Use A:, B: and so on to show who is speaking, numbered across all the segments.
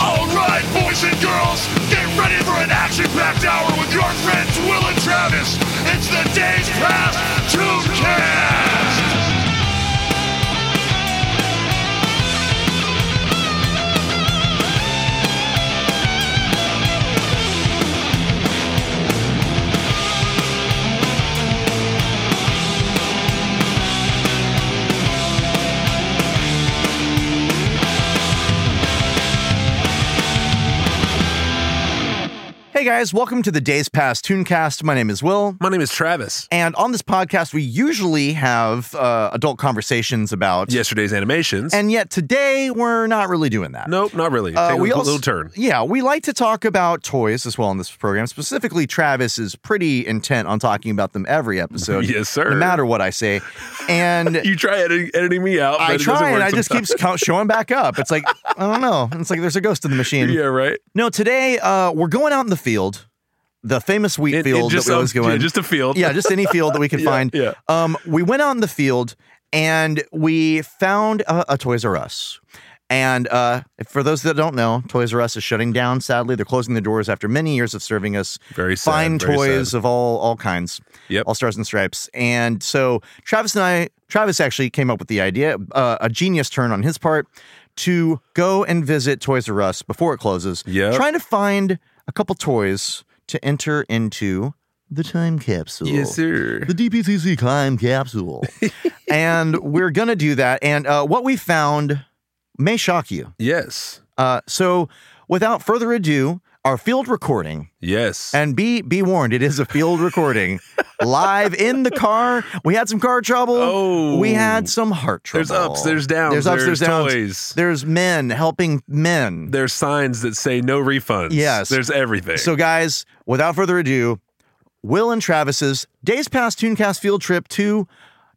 A: Alright, boys and girls, get ready for an action-packed hour with your friends Will and Travis. It's the Days Past Tubecast!
B: Hey guys, welcome to the Days Past Tooncast. My name is Will.
C: My name is Travis.
B: And on this podcast, we usually have uh, adult conversations about.
C: Yesterday's animations.
B: And yet today, we're not really doing that.
C: nope, not really.
B: Uh,
C: Take a
B: we
C: little,
B: also-
C: little turn.
B: Yeah, we like to talk about toys as well on this program. Specifically, Travis is pretty intent on talking about them every episode.
C: Yes, sir.
B: No matter what I say. And
C: You try editing, editing me out. but
B: I
C: it doesn't
B: try and
C: work
B: I just keep
C: sometimes.
B: sco- showing back up. It's like, I don't know. It's like there's a ghost in the machine.
C: Yeah, right.
B: No, today, uh, we're going out in the field, the famous wheat
C: It- it
B: field
C: just
B: that we always
C: sounds-
B: go
C: yeah,
B: in.
C: just a field.
B: yeah, just any field that we can
C: Yeah,
B: find.
C: yeah.
B: Um, we went out in the field and we found a, a Toys R Us. And uh, for those that don't know, Toys R Us is shutting down. Sadly, they're closing their doors after many years of serving us
C: Very sad,
B: fine
C: uh, very
B: toys
C: sad.
B: of all all kinds,
C: Yep.
B: all stars and stripes. And so Travis and I, Travis actually came up with the idea, uh, a genius turn on his part, to go and visit Toys R Us before it closes.
C: Yep.
B: trying to find a couple toys to enter into the time capsule
C: Yes, sir.
B: the DPCC time capsule. and we're going to do that. And uh, what we found may shock you.
C: Yes.
B: Uh, so, without further ado, our field recording,
C: Yes.
B: and be be warned, it is a field recording, live in the car. We had some car trouble.
C: Oh.
B: we had some heart trouble.
C: There's ups, there's downs,
B: There's ups, there's,
C: there's
B: downs.
C: toys.
B: There's men helping men.
C: There's signs that say no refunds.
B: Yes.
C: There's everything.
B: So, guys, without further ado, Will and Travis's days past Tooncast field trip to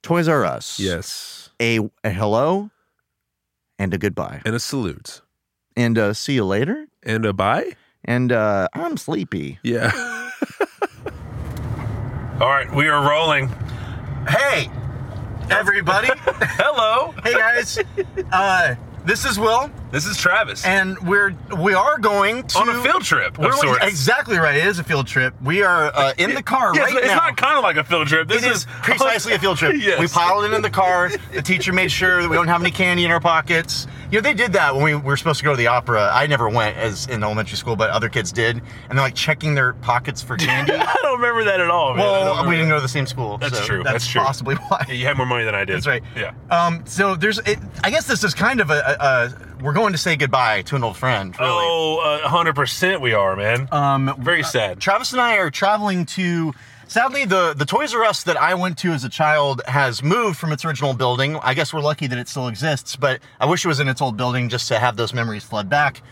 B: Toys R Us.
C: yes.
B: a, a hello and a goodbye
C: And a salute.
B: and uh see you later
C: And a bye?
B: and uh i'm sleepy
C: Yeah. All right, we are rolling.
B: hey everybody
C: Hello.
B: hey guys uh this is will
C: This is Travis.
B: and we're we are going to
C: on a field trip of
B: we're,
C: sorts.
B: exactly right it is a field trip we are uh, in the car
C: Yeah,
B: right
C: it's, it's
B: now
C: not kind of like a field trip. This
B: it is precisely a field trip.
C: Yes.
B: We piled it in the car. The teacher made sure that we don't have any candy in our pockets. You know, they did that when we were supposed to go to the opera. I never went as in elementary school, but other kids did. And they're like checking their pockets for candy.
C: I don't remember that at all. man. I don't
B: well,
C: remember
B: we didn't
C: that.
B: go to the same school.
C: That's
B: so
C: true.
B: That's,
C: That's true.
B: possibly why.
C: You had more money than I did.
B: That's right.
C: Yeah.
B: Um, so there's, it, I guess this is kind of a, a, a, we're going to say goodbye to an old friend, really.
C: Oh, uh, 100% we are, man.
B: Um,
C: Very sad.
B: Travis and I are traveling to. Sadly, the, the Toys R Us that I went to as a child has moved from its original building. I guess we're lucky that it still exists, but I wish it was in its old building just to have those memories flood back.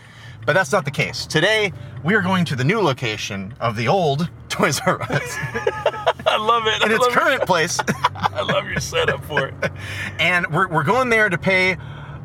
B: But that's not the case. Today, we are going to the new location of the old Toys R Us
C: I love it.
B: in
C: I
B: its
C: love
B: current place,
C: I love your setup for it.
B: and we're, we're going there to pay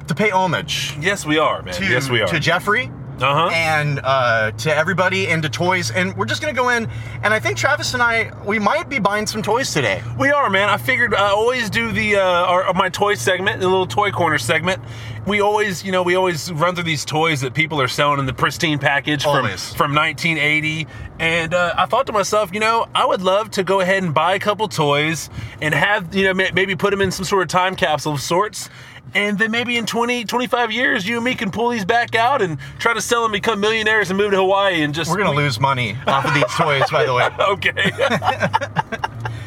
B: to pay homage
C: Yes, we are, man.
B: to,
C: yes, we are.
B: to Jeffrey
C: Uh-huh.
B: and uh, to everybody and to toys. And we're just gonna go in, and I think Travis and I we might be buying some toys today.
C: we are, man. I figured I always do the uh, our, my toy segment, the little toy corner segment. We always, you know, we always run through these toys that people are selling in the pristine package
B: Always.
C: from from 1980. And uh, I thought to myself, you know, I would love to go ahead and buy a couple toys and have, you know, ma- maybe put them in some sort of time capsule of sorts. And then maybe in 20, 25 years, you and me can pull these back out and try to sell them, become millionaires, and move to Hawaii and just.
B: We're gonna lose money off of these toys, by the way.
C: Okay.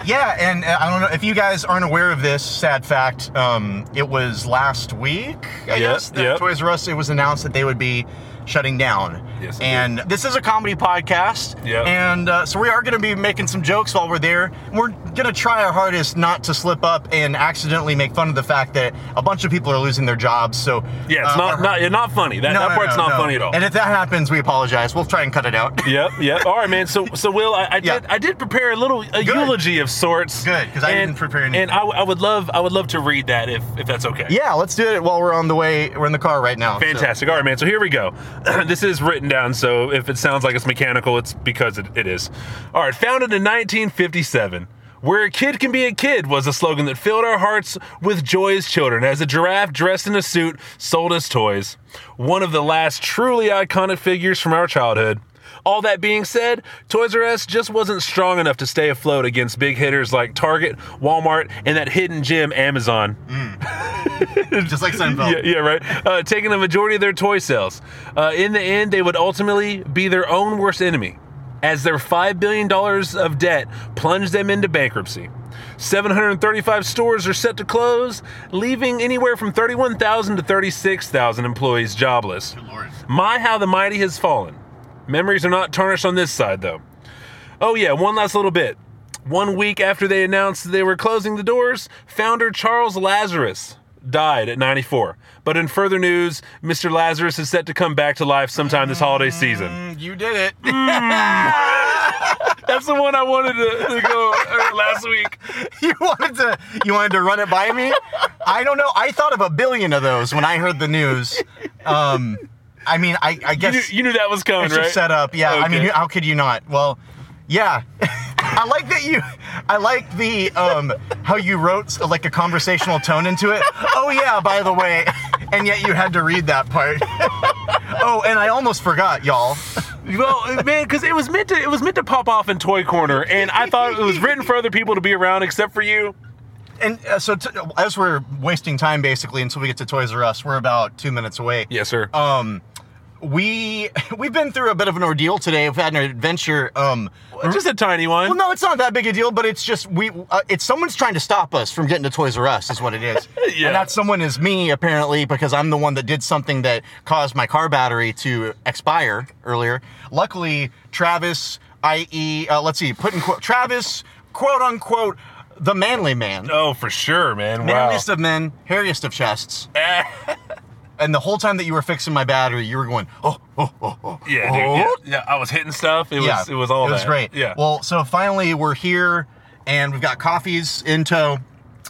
B: Yeah, and uh, I don't know if you guys aren't aware of this sad fact. Um, it was last week, I
C: Yeah,
B: guess, that
C: yeah.
B: Toys R Us it was announced that they would be shutting down.
C: Yes, it
B: and this is a comedy podcast.
C: Yeah.
B: And uh, so we are going to be making some jokes while we're there. We're going to try our hardest not to slip up and accidentally make fun of the fact that a bunch of people are losing their jobs. So
C: Yeah, it's
B: uh,
C: not,
B: our-
C: not, yeah, not funny. That,
B: No,
C: that
B: no,
C: part's
B: no,
C: not
B: no.
C: funny at all.
B: And if that happens, we apologize. We'll try and cut it out.
C: Yep, yep. All right, man. So, so Will, I, I
B: Yeah.
C: did, I did prepare a little a eulogy of sorts.
B: Good, 'cause I
C: and-
B: didn't prepare anything.
C: And I, w- I would love, I would love to read that if, if that's okay.
B: yeah, let's do it while we're on the way. We're in the car right now. so-
C: Fantastic. All right, man. So here we go. this is written down, so if it sounds like it's mechanical, it's because it, it is. All right. Founded in 1957, Where a kid can be a kid was a slogan that filled our hearts with joy as children as a giraffe dressed in a suit sold us toys. One of the last truly iconic figures from our childhood. All that being said, Toys R Us just wasn't strong enough to stay afloat against big hitters like Target, Walmart, and that hidden gem, Amazon.
B: Just like Seinfeld.
C: Yeah, yeah, right. Uh, taking the majority of their toy sales. Uh, in the end, they would ultimately be their own worst enemy, as their $5 billion of debt plunged them into bankruptcy. 735 stores are set to close, leaving anywhere from 31,000 to 36,000 employees jobless.
B: Lord.
C: My, how the mighty has fallen. Memories are not tarnished on this side, though. Oh, yeah, one last little bit. One week after they announced they were closing the doors, founder Charles Lazarus died at 94. But in further news, Mr. Lazarus is set to come back to life sometime this holiday season.
B: Mm, You did it.
C: That's the one I wanted to, to go uh, last week.
B: you wanted to you wanted to run it by me. I don't know. I thought of a billion of those when I heard the news. Um, I mean, I, I
C: You
B: guess
C: knew, you knew that was coming,
B: it's
C: right?
B: just set up. Yeah. I mean,
C: Okay.
B: how could you not? Well, yeah. I like that you. I like the um, how you wrote like a conversational tone into it. Oh yeah, by the way, and yet you had to read that part. oh, and I almost forgot, y'all.
C: Well, uh, man, because it was meant to it was meant to pop off in Toy Corner, and I thought it was written for other people to be around except for you.
B: And uh, so, t- as we're wasting time basically until we get to Toys R Us, we're about two minutes away.
C: Yes, sir.
B: um we we've been through a bit of an ordeal today we've had an adventure um
C: just a tiny one.
B: well no it's not that big a deal but it's just we uh, it's someone's trying to stop us from getting to toys r us is what it is
C: Yeah.
B: and that someone is me apparently because i'm the one that did something that caused my car battery to expire earlier luckily travis i.e uh, let's see put in quote travis quote unquote the manly man
C: Oh, for sure, man. Wow.
B: manliest of men hairiest of chests and the whole time that you were fixing my battery you were going oh oh oh oh
C: Yeah, dude.
B: oh.
C: Yeah, yeah, I was hitting stuff. It was it was all
B: It was
C: that.
B: great.
C: Yeah.
B: Well, so finally we're here and we've got coffees in tow.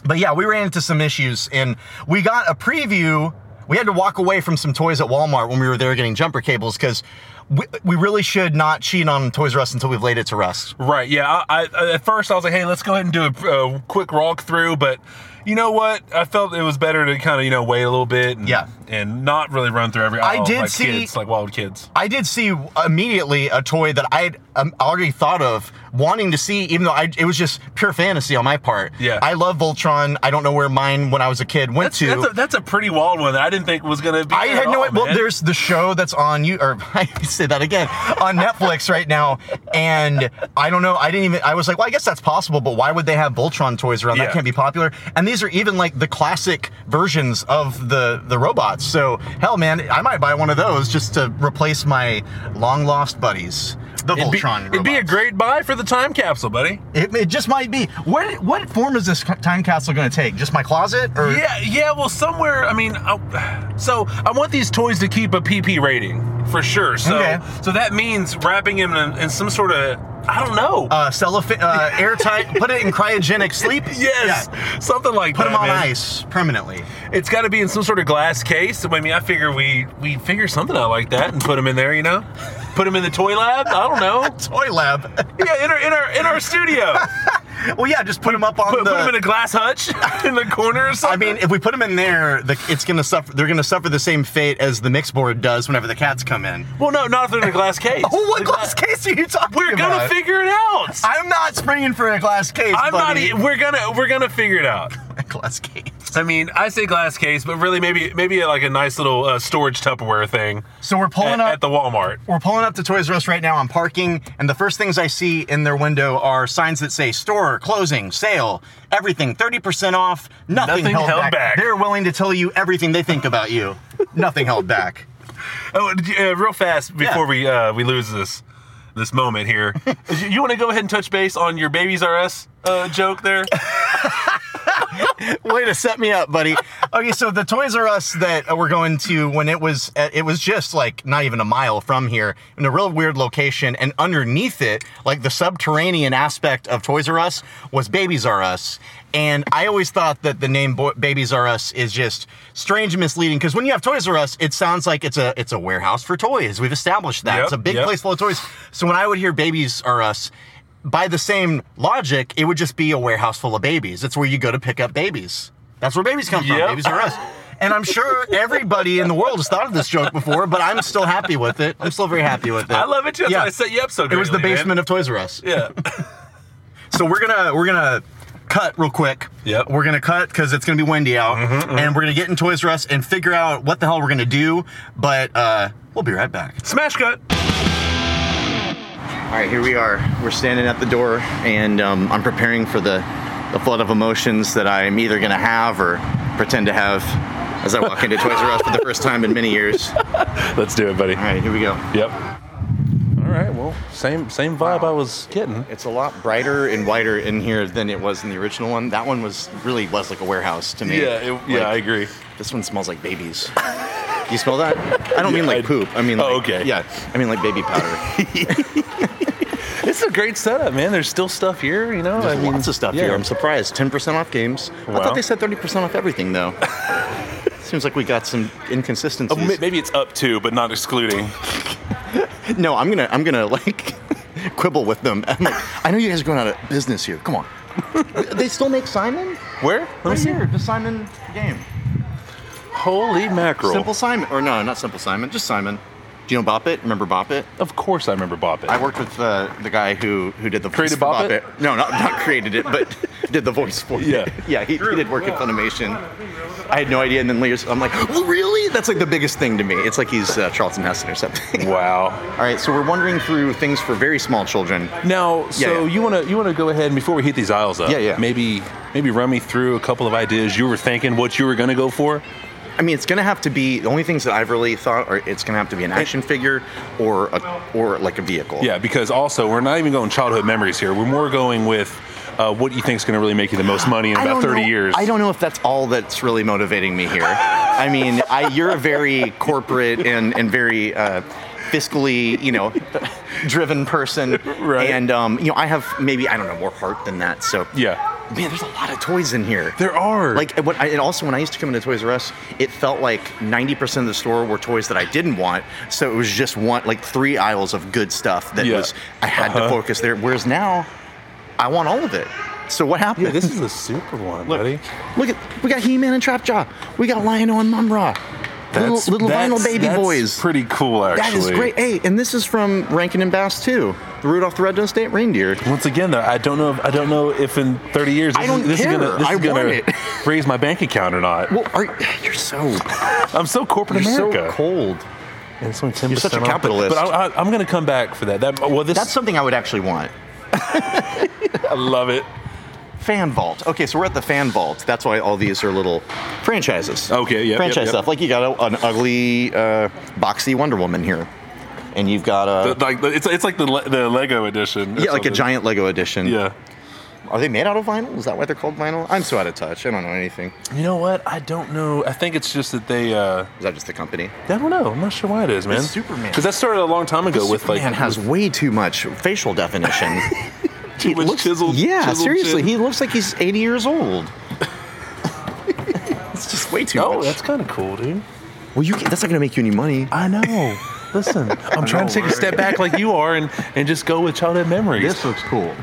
B: But yeah, we ran into some issues and we got a preview. We had to walk away from some toys at Walmart when we were there getting jumper cables because we, we really should not cheat on Toys R Us until we've laid it to rest.
C: right. Yeah. I, I at first I was like, hey, let's go ahead and do a, a quick walk through, but you know what? I felt it was better to kind of you know wait a little bit. And,
B: Yeah.
C: And not really run through every.
B: I
C: aisle
B: did
C: like
B: see-
C: kids, like wild kids.
B: I did see immediately a toy that I had um, already thought of wanting to see, even though I, it was just pure fantasy on my part.
C: Yeah.
B: I love Voltron. I don't know where mine when I was a kid went
C: That's,
B: to.
C: that's, a, that's a pretty wild one. That I didn't think was gonna be.
B: I
C: there
B: had
C: at
B: no
C: all,
B: idea. Well,
C: man.
B: there's the show that's on you, or I say that again, on Netflix right now. And I don't know. I didn't even, I was like, well, I guess that's possible, but why would they have Voltron toys around?
C: Yeah.
B: That can't be popular. And these are even like the classic versions of the, the robots. So, hell, man, I might buy one of those just to replace my long lost buddies, the
C: It'd be,
B: Voltron
C: it'd be a
B: robots.
C: great buy for the time capsule, buddy.
B: It, it just might be. What, what form is this time capsule going to take? Just my closet? Or
C: Yeah, yeah. Well, somewhere. I mean, I, so I want these toys to keep a PP rating for sure. So,
B: Okay.
C: so that means wrapping them in, in some sort of I don't know.
B: uh, cellophane, uh, airtight, put it in cryogenic sleep?
C: yes,
B: Yeah.
C: something like
B: Put
C: that.
B: them on
C: man.
B: ice permanently.
C: It's got to be in some sort of glass case. So, I mean, I figure we we figure something out like that and put them in there. You know, put them in the toy lab. I don't know.
B: Toy lab.
C: Yeah, in our in our in our studio.
B: well, yeah, just put them up on
C: Put,
B: the.
C: put them in a glass hutch in the corner or
B: I
C: something.
B: mean, if we put them in there, the, it's gonna suffer. They're gonna suffer the same fate as the mix board does whenever the cats come in.
C: well, no, not if they're in a glass case.
B: Oh, what
C: The
B: glass case are you talking
C: We're
B: about?
C: gonna figure it out.
B: I'm not springing for a glass case.
C: I'm not.
B: buddy.
C: e- We're gonna we're gonna figure it out.
B: glass case.
C: I mean, I say glass case, but really maybe maybe like a nice little uh, storage Tupperware thing
B: So we're
C: at,
B: pulling up.
C: at the Walmart.
B: we're pulling up to Toys R Us right now. I'm parking, and the first things I see in their window are signs that say store, closing, sale, everything, 30% off, nothing,
C: Nothing
B: held,
C: held
B: back.
C: back.
B: They're willing to tell you everything they think about you. nothing held back.
C: Oh, did you- uh, real fast before we uh, we lose this this moment here. you you want to go ahead and touch base on your babies R Us uh, joke there?
B: Way to set me up, buddy. Okay, so the Toys R Us that we're going to when it was uh, it was just like not even a mile from here in a real weird location, and underneath it, like the subterranean aspect of Toys R Us was Babies R Us, and I always thought that the name Bo- Babies R Us is just strange, and misleading because when you have Toys R Us, it sounds like it's a it's a warehouse for toys. We've established that
C: Yep,
B: it's a big
C: yep.
B: place full of toys. So when I would hear Babies R Us. by the same logic, it would just be a warehouse full of babies. It's where you go to pick up babies. That's where babies come
C: Yep.
B: from. Babies are us. And I'm sure everybody in the world has thought of this joke before, but I'm still happy with it. I'm still very happy with it.
C: I love it too. That's
B: Yeah.
C: why I set you up so
B: It was the
C: greatly,
B: basement of Toys R Us.
C: Man. Yeah.
B: So we're gonna we're gonna cut real quick.
C: Yep. Mm-hmm,
B: We're gonna cut because it's gonna be windy out, and we're gonna get in Toys R Us and figure out what the hell we're gonna do. But uh, we'll be right back.
C: Smash cut.
B: All right, here we are. We're standing at the door, and um, I'm preparing for the, the flood of emotions that I'm either going to have or pretend to have as I walk into Toys R Us for the first time in many years. All
C: Let's do it, buddy.
B: right, here we go.
C: Yep. All right. Well, same same vibe I was getting.
B: It's a lot brighter and wider in here than it was in the original one. That one was really was like a warehouse to me.
C: Yeah. It, yeah. I
B: Like,
C: agree.
B: This one smells like babies. You smell that? I don't mean
C: Yeah,
B: like
C: I-
B: poop. I mean, like,
C: Oh, okay.
B: Yeah, I mean like baby powder.
C: It's a great setup, man. There's still stuff here. You know.
B: There's
C: I mean,
B: lots of stuff
C: yeah.
B: here. I'm surprised. 10% off games. I
C: Wow.
B: thought they said 30% off everything, though. Seems like we got some
C: Oh,
B: inconsistencies.
C: ma- maybe it's up to, but not excluding.
B: no, I'm gonna, I'm gonna like quibble with them. I'm like, I know you guys are going out of business here. Come on. they still make Simon?
C: Where? Let me
B: Right
C: see.
B: here, the Simon game.
C: Holy mackerel!
B: Simple Simon, or no, not Simple Simon, just Simon. Do you know Bop It? Remember Bop It?
C: Of course, I remember Bop It.
B: I worked with uh, the guy who who did the voice
C: Created
B: for
C: Bop It?
B: No, not, not created it, but did the voice for
C: Yeah.
B: it. Yeah, he, he did work at Funimation. I had no idea, and then later I'm like, well, really? That's like the biggest thing to me. It's like he's uh, Charlton Heston or something.
C: wow.
B: All right, so we're wandering through things for very small children.
C: Now, so
B: yeah.
C: you wanna you wanna go ahead and before we hit these aisles up?
B: Yeah, yeah.
C: Maybe maybe run me through a couple of ideas you were thinking, what you were gonna go for.
B: I mean, it's gonna have to be the only things that I've really thought are it's gonna have to be an action figure or a, or like a vehicle.
C: Yeah, because also we're not even going childhood memories here. We're more going with uh, what you think is going to really make you the most money in
B: I
C: about
B: don't
C: 30
B: know-
C: years.
B: I don't know if that's all that's really motivating me here. I mean, I, you're a very corporate and and very uh, fiscally, you know, driven person,
C: Right.
B: and um, you know, I have maybe I don't know more heart than that. So
C: Yeah,
B: man, there's a lot of toys in here.
C: there are
B: Like, and, when I, and also when I used to come into Toys R Us, it felt like 90% of the store were toys that I didn't want. So it was just one, like three aisles of good stuff that
C: Yeah. Uh-huh.
B: was I had to focus there. Whereas now, I want all of it. So what happened?
C: yeah, this is a super one,
B: Look,
C: buddy.
B: look at we got He-Man and Trapjaw. We got Lion-O and Mumra.
C: That's-
B: little little
C: that's-
B: vinyl baby
C: that's
B: boys.
C: Pretty cool, actually.
B: that is great. Hey, and this is from Rankin and Bass too. The Rudolph the Red-Nosed State Reindeer.
C: Once again, though, I don't know. If, I don't know if in 30 years this
B: I don't
C: is, this
B: care.
C: is gonna, this
B: I
C: is gonna
B: want it.
C: raise my bank account or not.
B: Well, are, you're so
C: I'm so corporate
B: you're
C: America.
B: so cold.
C: And it's only 10%
B: You're such a
C: off, but-
B: capitalist.
C: But I, I, I'm going to come back for that. That well, this
B: That's something I would actually want.
C: I love it.
B: Fan Vault. Okay, so we're at the Fan Vault. That's why all these are little franchises.
C: Okay, yep,
B: franchise
C: yep, yep.
B: stuff. Like you got a, an ugly, uh, boxy Wonder Woman here, and you've got a
C: Like it's, it's like the, Le- the Lego edition. or
B: yeah, like a
C: something.
B: giant Lego edition.
C: Yeah.
B: Are they made out of vinyl? Is that why they're called vinyl? I'm so out of touch. I don't know anything.
C: You know what? I don't know. I think it's just that they. Uh,
B: Is that just the company?
C: I don't know. I'm not sure why it is, man.
B: Superman.
C: Because that started a long time ago with like.
B: Man has way too much facial definition.
C: Too
B: He
C: much chiseled-
B: yeah,
C: chiseled
B: seriously,
C: chin.
B: he looks like he's 80 years old. it's just way too
C: oh,
B: much.
C: that's kind of cool, dude.
B: well, you can, that's not gonna make you any money.
C: I know. Listen, I'm trying to take a
B: worry.
C: step back like you are and, and just go with childhood memories.
B: looks cool.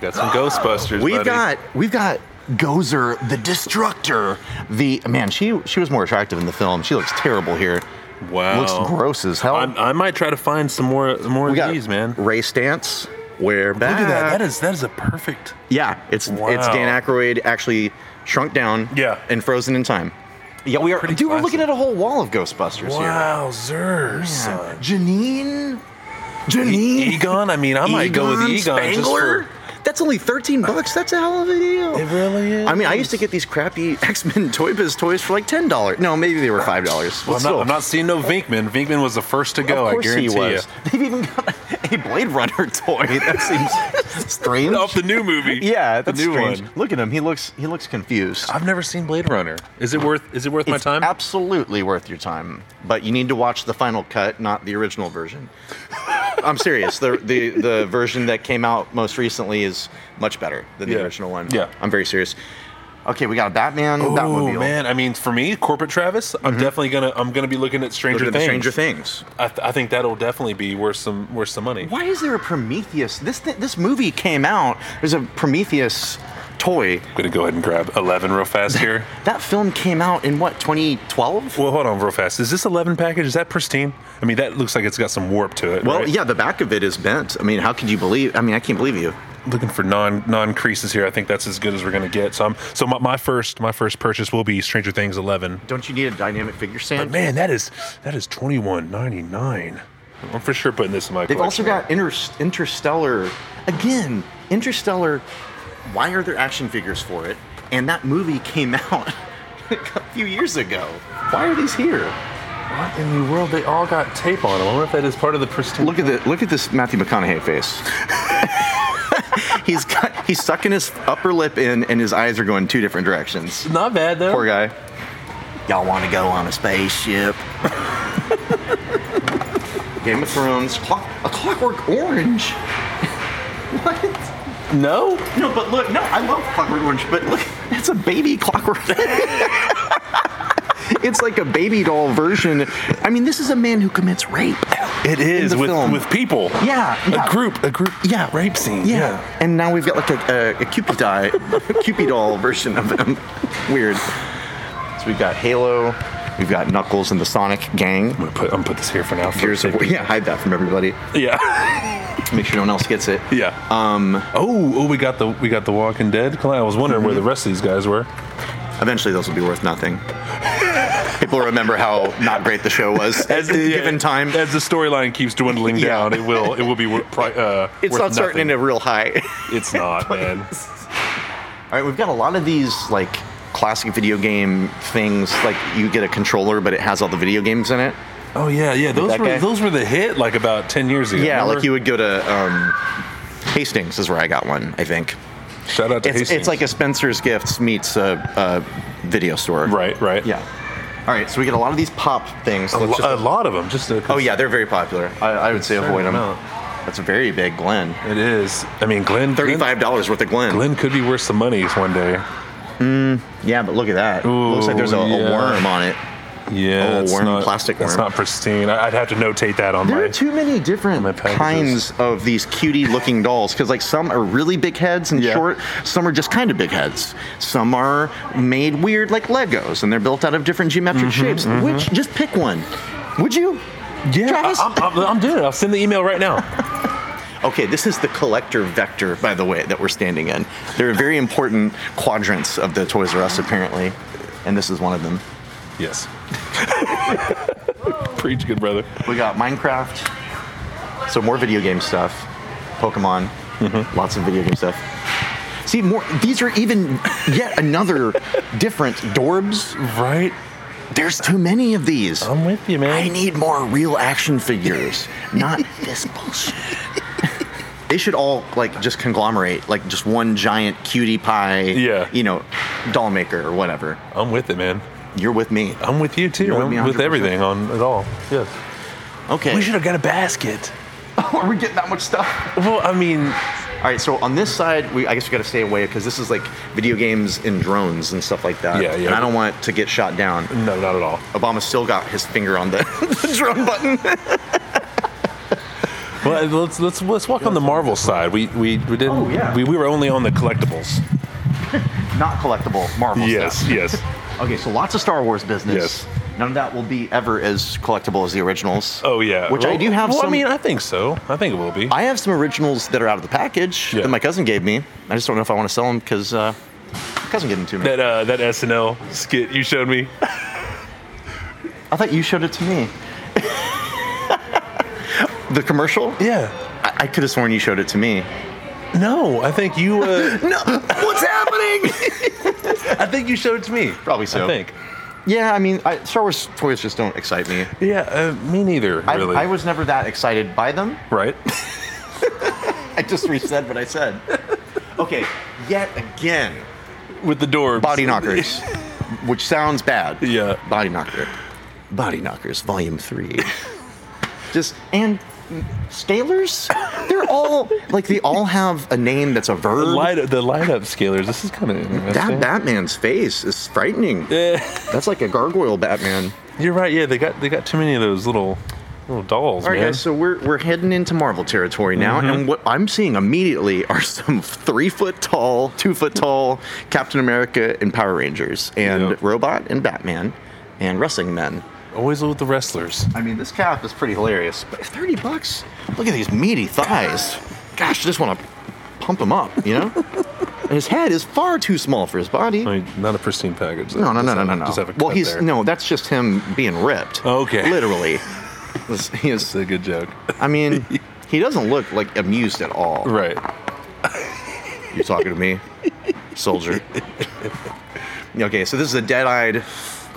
C: got some Ghostbusters.
B: We've
C: buddy.
B: got we've got Gozer the Destructor. The man, she she was more attractive in the film. She looks terrible here.
C: Wow.
B: Looks gross as hell.
C: Oh. I'm, I might try to find some more more
B: we
C: of
B: got
C: these, man.
B: Ray Stance. We're back.
C: Look at that. That is that is a perfect.
B: Yeah, it's it's
C: Wow.
B: Dan Aykroyd actually shrunk down.
C: Yeah.
B: and frozen in time. Yeah, we are.
C: Pretty
B: dude, we're
C: classic.
B: looking at a whole wall of Ghostbusters here.
C: Zer,
B: Yeah. Janine, Janine,
C: E-, Egon. I mean, I might go with Egon. just
B: Spangler.
C: for-
B: That's only thirteen bucks. That's a hell of a deal.
C: It really is.
B: I mean, I used to get these crappy X Men Toy Biz toys for like ten dollars. No, maybe they were five dollars.
C: Well, I'm, not, I'm not seeing no Vinkman. Vinkman was the first to go.
B: Of course
C: I guarantee
B: he was.
C: you.
B: They've even got a Blade Runner toy. That seems strange.
C: Off the new movie.
B: yeah,
C: the
B: that's
C: new
B: strange.
C: one.
B: Look at him. He looks he looks confused.
C: I've never seen Blade Runner. Is it worth? Is it worth my
B: It's
C: time?
B: Absolutely worth your time, but you need to watch the final cut, not the original version. I'm serious. The, the the version that came out most recently is much better than the
C: Yeah.
B: original one.
C: Yeah.
B: I'm very serious. Okay, we got a Batman
C: Oh
B: Batmobile.
C: man, I mean, for me, corporate Travis, I'm definitely gonna I'm gonna be Mm-hmm. looking at Stranger
B: Look at the
C: Things.
B: Stranger Things.
C: I, th- I think that'll definitely be worth some worth some money.
B: Why is there a Prometheus? This thi- this movie came out. There's a Prometheus toy.
C: I'm gonna go ahead and grab eleven real fast here.
B: That film came out in what 2012?
C: well, hold on real fast. Is this eleven package? Is that pristine? I mean, that looks like it's got some warp to it.
B: Well,
C: right?
B: yeah, the back of it is bent. I mean, how could you believe? I mean, I can't believe you.
C: Looking for non non creases here. I think that's as good as we're gonna get. So I'm so my, my first my first purchase will be Stranger Things eleven.
B: Don't you need a dynamic figure
C: But
B: stand?
C: man, that is that is twenty one ninety nine. I'm for sure putting this in my.
B: They've also
C: collection.
B: got inter- Interstellar. Again, Interstellar. Why are there action figures for it? And that movie came out a few years ago. Why are these here?
C: What in the world? They all got tape on them. I wonder if that is part of the pristine.
B: Look at the look at this Matthew McConaughey face. he's got, he's sucking his upper lip in, and his eyes are going two different directions.
C: Not bad though.
B: Poor guy. Y'all want to go on a spaceship? Game of Thrones, clock, a Clockwork Orange. what?
C: No.
B: No, but look, no, I love Clockwork Orange, but look, it's a baby Clockwork. it's like a baby doll version. I mean, this is a man who commits rape.
C: It is
B: the
C: with
B: film.
C: with people.
B: Yeah,
C: A
B: yeah.
C: group. A group.
B: Yeah.
C: Rape scene.
B: Yeah. And now we've got like a, a, a Cupid die, Cupid doll version of him. Weird. So we've got Halo, we've got Knuckles and the Sonic Gang.
C: I'm gonna put I'm gonna put this here for now. for
B: Here's a,
C: safety.
B: yeah, hide that from everybody.
C: Yeah.
B: Make sure no one else gets it.
C: yeah.
B: Um,
C: oh, oh, we got the we got the Walking Dead. I was wondering where the
B: Mm-hmm.
C: rest of these guys were.
B: eventually those will be worth nothing. People remember how not great the show was at the
C: yeah,
B: given time.
C: uh, as the storyline keeps dwindling
B: Yeah.
C: down, it will it will be worth. pri- Uh,
B: It's
C: worth
B: not starting
C: nothing.
B: in a real high.
C: It's not, man.
B: All right, we've got a lot of these like classic video game things. Like you get a controller, but it has all the video games in it.
C: Oh yeah, yeah. Those
B: that
C: were
B: guy?
C: those were the hit like about ten years ago.
B: Yeah, like
C: remember?
B: you would go to um, Hastings is where I got one. I think
C: Shout out to
B: it's,
C: Hastings.
B: it's like a Spencer's Gifts meets a, a video store.
C: right, right.
B: Yeah. All right, so we get a lot of these pop things.
C: A,
B: Let's
C: lo-
B: just-
C: a lot of them. Just a,
B: oh yeah, they're very popular. I, I would say
C: Certain
B: avoid them.
C: amount.
B: That's a very big Glen.
C: It is. I mean, Glenn.
B: Thirty-five dollars worth of Glen.
C: Glenn, Glenn could be worth some monies one day.
B: Yeah, but look at that. Looks like there's a,
C: Ooh,
B: a
C: yeah.
B: worm on it.
C: Yeah,
B: Oh,
C: that's
B: worm,
C: not,
B: plastic
C: That's
B: worm.
C: not pristine. I- I'd have to notate that on
B: There
C: my.
B: are too many different
C: my packages.
B: kinds of these cutie looking dolls because, like, some are really big heads and
C: Yeah.
B: short, some are just kind of big heads, some are made weird like Legos and they're built out of different geometric shapes. Which, just pick one, would you?
C: yeah,
B: Travis?
C: I, am I'm, I'm doing it. I'll send the email right now.
B: Okay, this is the collector vector, by the way, that we're standing in. There are very important quadrants of the Toys R Us, apparently, and this is one of them.
C: yes. Preach, good brother.
B: We got Minecraft, so more video game stuff, Pokemon,
C: Mm-hmm.
B: lots of video game stuff. See, more these are even yet another different Dorbs.
C: Right,
B: There's too many of these.
C: I'm with you, man.
B: I need more real action figures, not this bullshit. they should all like just conglomerate, like just one giant cutie pie,
C: Yeah.
B: you know, doll maker or whatever.
C: I'm with it, man.
B: You're with me.
C: I'm with you too.
B: You're with
C: I'm
B: me
C: with
B: 100%.
C: everything on it all. Yes.
B: Okay.
C: We should have got a basket.
B: Are we getting that much stuff?
C: Well, I mean,
B: All right, so on this side, we, I guess we got to stay away because this is like video games and drones and stuff like that.
C: Yeah, yeah.
B: And I don't want to get shot down.
C: no, not at all.
B: Obama still got his finger on the, the drone button.
C: Well, let's let's let's walk on the Marvel side. We we we didn't.
B: Oh, yeah.
C: We we were only on the collectibles.
B: Not collectible Marvel stuff.
C: yes.
B: Okay, so lots of Star Wars business.
C: Yes.
B: None of that will be ever as collectible as the originals.
C: Oh yeah.
B: Which I do have
C: Well,
B: some.
C: I mean, I think so. I think it will be.
B: I have some originals that are out of the package
C: Yeah.
B: that my cousin gave me. I just don't know if I want to sell them because uh, my cousin gave them to me.
C: that uh, that SNL skit you showed me.
B: I thought you showed it to me. the commercial?
C: Yeah.
B: I, I could have sworn you showed it to me.
C: No, I think you. Uh,
B: No, what's happening?
C: I think you showed it to me.
B: Probably so.
C: I think.
B: yeah, I mean, I, Star Wars toys just don't excite me.
C: Yeah. Uh, me neither.
B: I,
C: Really.
B: I was never that excited by them.
C: right.
B: I just resaid what I said. Okay, yet again,
C: With the door.
B: body knockers, which sounds bad.
C: Yeah.
B: body knocker, body knockers, volume three. just and scalers, they're all like they all have a name that's a verb.
C: The light, the light up scalers. This is kind of
B: that
C: interesting.
B: Batman's face is frightening.
C: Yeah.
B: That's like a gargoyle Batman.
C: You're right. Yeah, they got they got too many of those little little dolls,
B: All right,
C: man.
B: guys. So we're we're heading into Marvel territory now,
C: Mm-hmm.
B: and what I'm seeing immediately are some three foot tall, two foot tall Captain America and Power Rangers, and
C: Yeah.
B: Robot and Batman, and wrestling men.
C: Always with the wrestlers.
B: I mean, this cap is pretty hilarious. But Thirty bucks. Look at these meaty thighs. Gosh, I just want to pump him up. You know, And his head is far too small for his body.
C: I mean, not a pristine package.
B: No, no, no,
C: Just
B: no,
C: Oh, have-
B: no, no.
C: Just have a
B: well,
C: cut
B: he's
C: there.
B: no. That's just him being ripped.
C: Okay.
B: Literally. This- he is-
C: It's a good joke.
B: I mean, he doesn't look like amused at all.
C: Right.
B: You talking to me, soldier? okay, so this is a dead-eyed.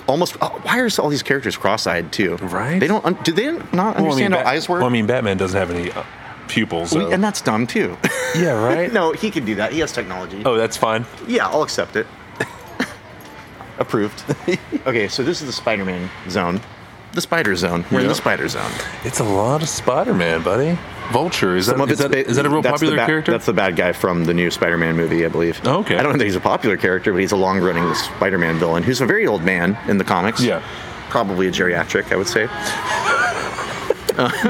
B: Almost. Oh, why are all these characters cross-eyed too?
C: Right.
B: They don't. Un- do they not understand
C: Well, I mean,
B: how
C: Bat-
B: eyes work?
C: Well, I mean, Batman doesn't have any uh, pupils. So.
B: and that's dumb too.
C: yeah, right.
B: no, he can do that. He has technology.
C: Oh, that's fine.
B: Yeah, I'll accept it. Approved. okay, so this is the Spider-Man zone. The spider zone. We're in the
C: Yeah.
B: spider zone.
C: It's a lot of Spider-Man, buddy. Vulture is that, is, that,
B: ba-
C: is that a real
B: that's the
C: popular
B: ba-
C: character?
B: That's the bad guy from the new Spider-Man movie, I believe.
C: Oh, okay.
B: I don't think he's a popular character, but he's a long-running Spider-Man villain who's a very old man in the comics.
C: Yeah.
B: Probably a geriatric, I would say.
C: Is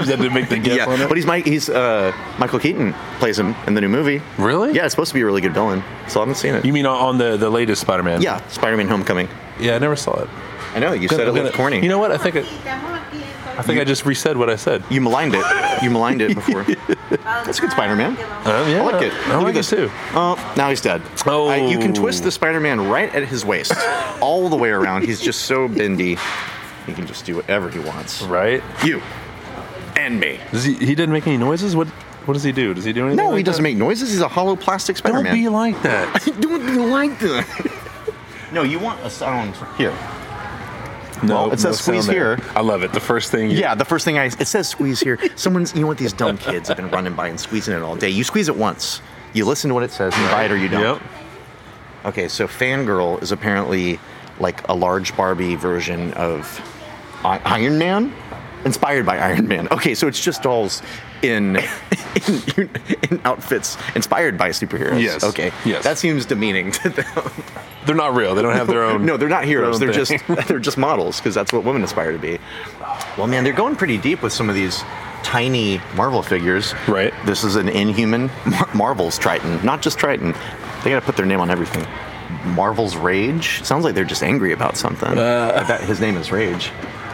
C: that to make the gif on it?
B: but he's Mike. He's uh, Michael Keaton plays him in the new movie.
C: Really?
B: Yeah, it's supposed to be a really good villain. So I haven't seen it.
C: You mean on- on the, the latest Spider-Man?
B: yeah, Spider-Man: Homecoming.
C: Yeah, I never saw it.
B: I know you said it
C: Gonna-
B: looked corny.
C: You know what? I think it, I think I just resaid what I said.
B: you malign it. You maligned it before.
D: That's
B: a good Spider-Man.
C: Um, yeah,
B: I like it.
C: I
B: Look
C: like
B: at
C: it
B: this.
C: too.
B: Oh, now he's dead. I- you can twist
C: Oh.
B: the Spider-Man right at his waist, all the way around. He's just so bendy. He can just do whatever he wants.
C: Right?
B: You and me.
C: Does he, he didn't make any noises? What What does he do? Does he do anything?
B: No,
C: like
B: he doesn't
C: that?
B: make noises. He's a hollow plastic
C: Don't
B: Spider-Man.
C: be like that.
B: Don't be like that. no, you want a sound here.
C: No,
B: Well, it says
C: sound
B: squeeze
C: there.
B: here.
C: I love it. The first thing. you-
B: Yeah, the first thing I it says squeeze here. Someone's you know what these dumb kids have been running by and squeezing it all day. You squeeze it once. You listen to what it says, you buy it or you don't.
C: Yep.
B: Okay, so Fangirl is apparently like a large Barbie version of I- Iron Man, inspired by Iron Man. Okay, so it's just dolls in in, un- in outfits inspired by superheroes.
C: Yes,
B: Okay.
C: yes.
B: That seems demeaning to them.
C: They're not real. They don't have their own.
B: No, they're not heroes. They're
C: their own
B: just
C: thing.
B: they're just models because that's what women aspire to be. Well, man, they're going pretty deep with some of these tiny Marvel figures.
C: Right.
B: This is an Inhuman, Mar- Marvel's Triton, not just Triton. They got to put their name on everything. Marvel's Rage sounds like they're just angry about something.
C: Uh.
B: I bet his name is Rage.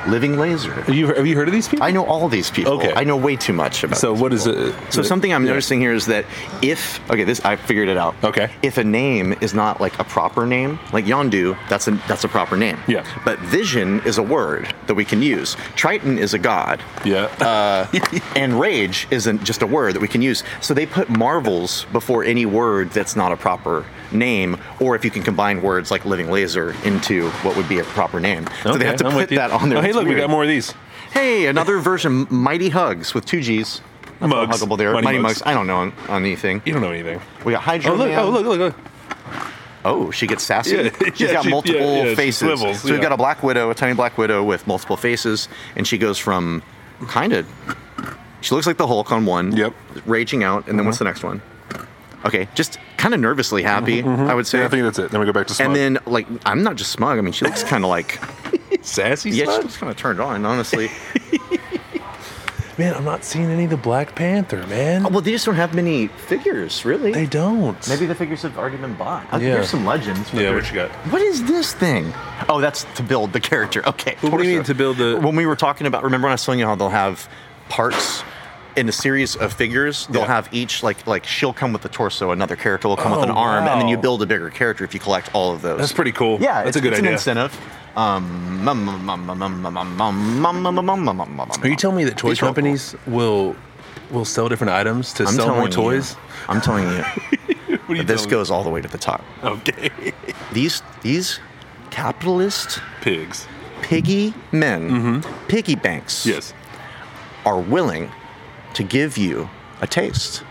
B: Living Laser.
C: Have you, have you heard of these people?
B: I know all these people.
C: Okay.
B: I know way too much about.
C: So
B: these
C: what is
B: people.
C: it-
B: So
C: the-
B: something I'm
C: yeah.
B: noticing here is that if okay, this I figured it out.
C: Okay.
B: If a name is not like a proper name, like Yondu, that's a that's a proper name.
C: Yeah.
B: But Vision is a word that we can use. Triton is a god.
C: Yeah.
B: Uh, and rage isn't just a word that we can use. So they put marvels before any word that's not a proper name, or if you can combine words like living laser into what would be a proper name. so they
C: Okay,
B: have to
C: I'm
B: put
C: with you.
B: that on there.
C: Oh, hey,
B: It's
C: look, we
B: weird.
C: got more of these.
B: Hey, another version, Mighty Hugs with two G's. That's
C: Mugs.
B: not Huggable there. Mighty,
C: Mighty
B: Mugs.
C: Mugs.
B: I don't know on, on anything.
C: You don't know anything.
B: We got Hydro
C: Oh look!
B: Man.
C: Oh look! Look! Look!
B: Oh, she gets sassy.
C: Yeah,
B: She's
C: yeah,
B: got
C: she-
B: multiple
C: yeah, yeah, she
B: faces.
C: swivels,
B: so we've
C: yeah.
B: got a Black Widow, a tiny Black Widow with multiple faces, and she goes from kind of. She looks like the Hulk on one.
C: Yep. Uh-huh.
B: Raging out, and then what's the next one? Okay, just kind of nervously happy, I would say.
C: Mm-hmm, Yeah, I think that's it. Then we go back to smug.
B: and then, like, I'm not just smug. I mean, she looks kind of like,
C: sassy
B: yeah, she
C: smug.
B: looks kind of turned on, honestly.
C: Man, I'm not seeing any of the Black Panther, man.
B: Oh, well, they just don't have many figures, really.
C: They don't.
B: Maybe the figures have already been bought. I think
C: Yeah.
B: There's Oh, some legends. but
C: Yeah,
B: they're-
C: what you got?
B: What is this thing? Oh, that's to build the character. Okay.
C: What do you
B: torso.
C: mean to build the-
B: When we were talking about, remember when I was telling you how they'll have parts in a series of figures? They'll
C: Yeah.
B: have each like like she'll come with a torso, another character will come with an
C: Oh,
B: arm, and then you
C: wow.
B: build a bigger character if you collect all of those.
C: That's pretty cool.
B: Yeah, it's,
C: that's a good
B: it's
C: idea.
B: An incentive. Um, mum, mum, mum, mum, mum, mum, mum, mum, mum, mum, mum, mum, mum, mum,
C: Are you telling me that toy
B: These are all cool.
C: companies will will sell different items to
B: I'm
C: sell
B: telling
C: more
B: you.
C: toys?
B: I'm telling you.
C: What are you
B: this
C: telling
B: goes all the way to the top.
C: me? okay.
B: these these capitalist
C: Pigs.
B: piggy men, piggy banks,
C: Mm-hmm. Yes.
B: are willing to give you a taste.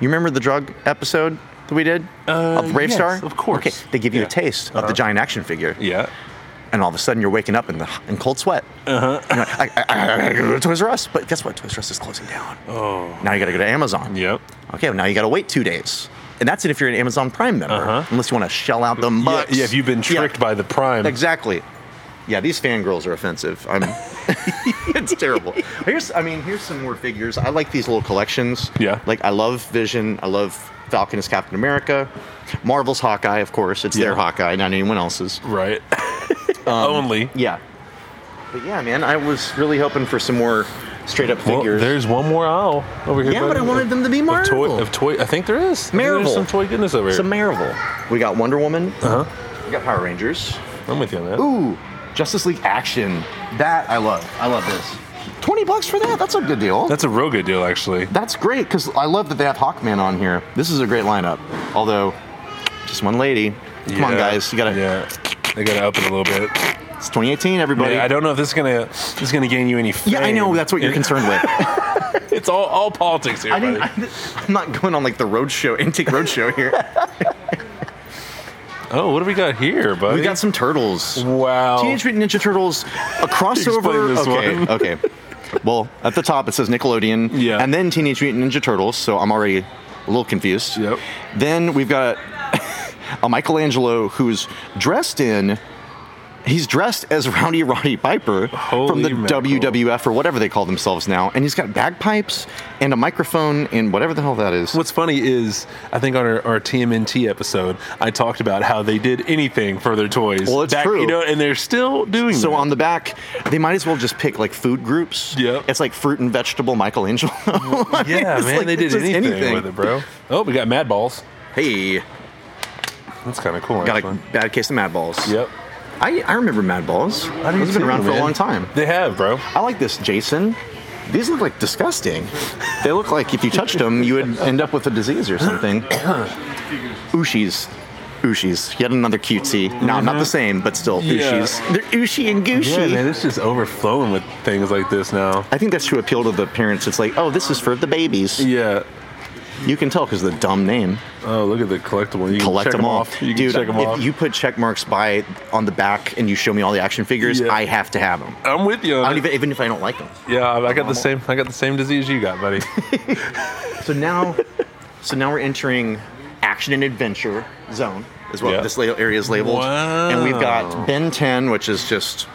B: You remember the drug episode that we did
C: Uh,
B: of Brave
C: yes,
B: Star?
C: of course.
B: Okay, they give you
C: Yeah.
B: a taste of
C: Uh-huh.
B: the giant action figure.
C: Yeah.
B: and all of a sudden you're waking up in the in cold sweat. Uh-huh. You're like, I, I, I, I gotta go to Toys R Us, but guess what? Toys R Us is closing down. Oh. Now you gotta go to Amazon.
C: Yep.
B: Okay, well, now you gotta wait two days, and that's it if you're an Amazon Prime member, unless you want to shell out the
C: Uh-huh. Yeah,
B: bucks.
C: yeah, if you've been
B: Yeah.
C: tricked by the prime.
B: Exactly. Yeah, these fangirls are offensive. I'm. it's terrible. Here's, I mean, here's some more figures. I like these little collections.
C: Yeah.
B: Like I love Vision. I love Falcon as Captain America. Marvel's Hawkeye, of course. It's their
C: Yeah.
B: Hawkeye, not anyone else's.
C: Right. Um, Only.
B: Yeah. But yeah, man, I was really hoping for some more straight up
C: Well,
B: figures.
C: there's one more aisle over here.
B: Yeah, but I wanted them to be
C: Of toy,
B: Marvel.
C: of toy, I think there is. I think
B: Marvel.
C: There's some toy goodness over here.
B: Some Marvel. We got Wonder Woman.
C: uh-huh.
B: We got Power Rangers.
C: I'm with you on that.
B: Ooh, Justice League action. That I love. I love this. 20 bucks for that? That's a good deal. That's,
C: That's a real good deal, actually.
B: great because I love that they have Hawkman on here. This is a great lineup. Although, just one lady. Come on,
C: Yeah,
B: guys. You gotta.
C: Yeah, they gotta up it a little bit.
B: It's 2018, everybody.
C: Yeah, I don't know if this is gonna this is gonna gain you any. Fame.
B: Yeah, I know. That's what you're
C: It-
B: concerned with.
C: It's all all politics here.
B: I didn't,
C: buddy.
B: I am not going on like the road show, antique road show here.
C: oh, what do we got here, buddy?
B: We got some turtles.
C: wow.
B: Teenage Mutant Ninja Turtles, a crossover.
C: Explain this
B: okay,
C: one.
B: okay. Well, at the top it says Nickelodeon,
C: Yeah.
B: and then Teenage Mutant Ninja Turtles. So I'm already a little confused.
C: Yep.
B: Then we've got a Michelangelo who's dressed in. He's dressed as Rowdy Roddy Piper from
C: Holy
B: the
C: mackerel.
B: WWF or whatever they call themselves now, and he's got bagpipes and a microphone and whatever the hell that is.
C: What's funny is I think on our, our TMNT episode I talked about how they did anything for their toys.
B: Well, it's
C: Back-
B: true.
C: You know, and they're still doing.
B: So
C: that.
B: on the back, they might as well just pick like food groups.
C: Yep.
B: It's like fruit and vegetable Michelangelo. I mean,
C: Yeah,
B: it's
C: man,
B: like-
C: they did
B: it's just
C: anything, with it, bro. Oh, we got Mad Balls.
B: Hey,
C: That's kind of cool.
B: got a
C: actually.
B: bad case of Mad Balls.
C: Yep.
B: I, I remember Mad Balls. It's been around for a long time.
C: They have, bro.
B: I like this Jason. These look like disgusting. they look like if you touched them, you would end up with a disease or something. Ooshies. Ooshies. Yet another cutesy. No, not the same, but still
C: Yeah.
B: Ooshies. They're Ooshy and Gooshy.
C: Yeah, man, it's just overflowing with things like this now.
B: I think that's to appeal to the parents. It's like, oh, this is for the babies.
C: Yeah.
B: You can tell because the dumb name.
C: Oh, look at the collectible. You
B: Collect
C: can check
B: them all.
C: off. You can
B: Dude,
C: check them
B: if
C: off.
B: you put check marks by on the back and you show me all the action figures,
C: Yeah.
B: I have to have them.
C: I'm with you.
B: I
C: On
B: don't even,
C: it.
B: even Oh. if I don't like them.
C: yeah, I got the same. I got the same disease you got, buddy.
B: So now, so now we're entering action and adventure zone is what
C: Yeah.
B: this la- area is labeled, and we've
C: Wow.
B: got Ben 10, which is just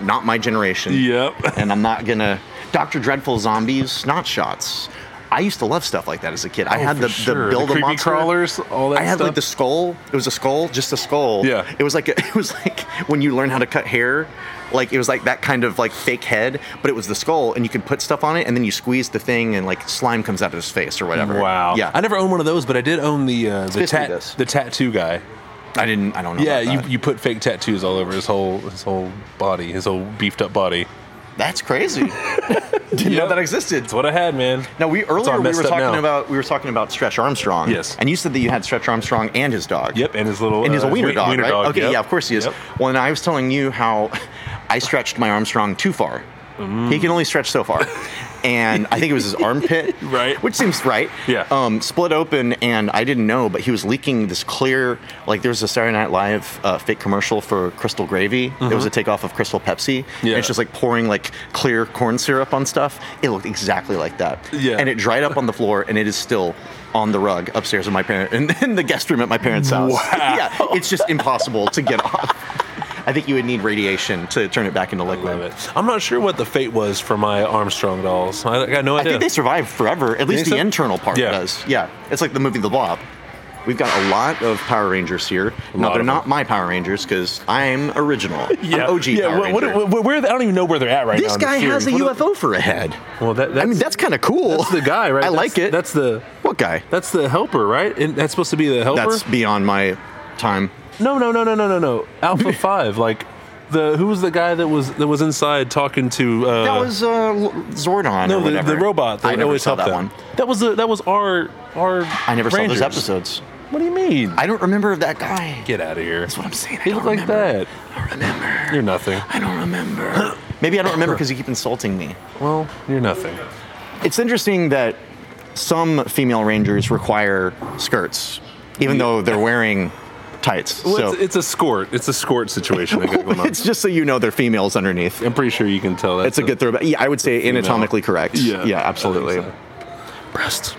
B: not my generation.
C: yep.
B: and I'm not gonna Doctor Dreadful zombies, not shots. I used to love stuff like that as a kid. I had the,
C: Oh, for sure.
B: the
C: The
B: build a
C: creepy
B: monster
C: crawlers, all that
B: I had like
C: stuff.
B: the skull. It was a skull, just a skull.
C: Yeah.
B: It was like a, it was like when you learn how to cut hair, like it was like that kind of like fake head, but it was the skull, and you could put stuff on it, and then you squeeze the thing, and like slime comes out of his face or whatever.
C: Wow.
B: Yeah.
C: I never owned one of those, but I did own the uh, the
B: basically
C: tat
B: this.
C: the tattoo guy.
B: I didn't. I don't know.
C: Yeah,
B: about
C: you,
B: that.
C: you put fake tattoos all over his whole his whole body, his whole beefed up body.
B: That's crazy. didn't know
C: Yep.
B: that existed.
C: That's what I had, man.
B: Now we
C: all
B: earlier we
C: messed
B: were
C: up
B: talking
C: now.
B: about we were talking about Stretch Armstrong.
C: Yes.
B: And you said that you had Stretch Armstrong and his dog.
C: Yep, and his little
B: and he's a
C: uh,
B: wiener
C: wien-
B: dog, right? okay,
C: yep.
B: yeah, of course he is.
C: Yep.
B: Well, and I was telling you how I stretched my Armstrong too far. He can only stretch so far, and I think it was his armpit,
C: Right.
B: Which seems right.
C: Yeah.
B: Um, split open, and I didn't know, but he was leaking this clear. Like there was a Saturday Night Live uh, fake commercial for Crystal Gravy. It was a takeoff of Crystal Pepsi. And
C: Mm-hmm. Yeah.
B: it's just like pouring like clear corn syrup on stuff. It looked exactly like that.
C: Yeah.
B: And it dried up on the floor, and it is still on the rug upstairs in my parent in, in the guest room at my parents' house.
C: Wow.
B: yeah, it's just impossible to get off. I think you would need radiation to turn it back into liquid.
C: Love it. I'm not sure what the fate was for my Armstrong dolls. I, I got no
B: I
C: idea.
B: think they survive forever. At least
C: think
B: the
C: so?
B: internal part
C: Yeah.
B: does. Yeah, it's like the movie The Blob. We've got a lot of Power Rangers here.
C: lot
B: Now they're
C: of
B: not
C: them.
B: my Power Rangers because I'm original.
C: yeah.
B: I'm OG
C: yeah,
B: Power
C: what,
B: Ranger.
C: what, what, where, I don't even know where they're at right
B: this
C: now. in the
B: guy has a
C: series. What-
B: UFO for a head.
C: Well, that, that's,
B: I mean, that's kind of cool.
C: that's the guy, right?
B: I
C: That's-
B: like it.
C: That's the
B: what guy?
C: that's the helper, right? And that's supposed to be the helper.
B: That's beyond my time.
C: No, no, no, no, no, no, no. Alpha Five, like the who was the guy that was that was inside talking to? Uh,
B: That was uh, L- Zordon.
C: no
B: or
C: the,
B: whatever.
C: the robot that
B: I never
C: always
B: saw
C: helped
B: that
C: them.
B: one.
C: That was the that was our our.
B: I never
C: Rangers.
B: saw those episodes.
C: What do you mean?
B: I don't remember that guy.
C: Get out of here.
B: That's what I'm saying. I
C: They
B: don't
C: look like
B: remember.
C: that.
B: I don't remember.
C: You're nothing.
B: I don't remember. Maybe I don't remember because you keep insulting me.
C: Well, you're nothing.
B: It's interesting that some female rangers require skirts, even though they're wearing tights.
C: Well,
B: so
C: it's, it's a skort. It's a skort situation they got going on.
B: it's just so you know they're females underneath.
C: I'm pretty sure you can tell that.
B: It's a good throwback. Yeah, I would say anatomically correct.
C: Yeah,
B: yeah,
C: I think
B: absolutely.
C: so. breast.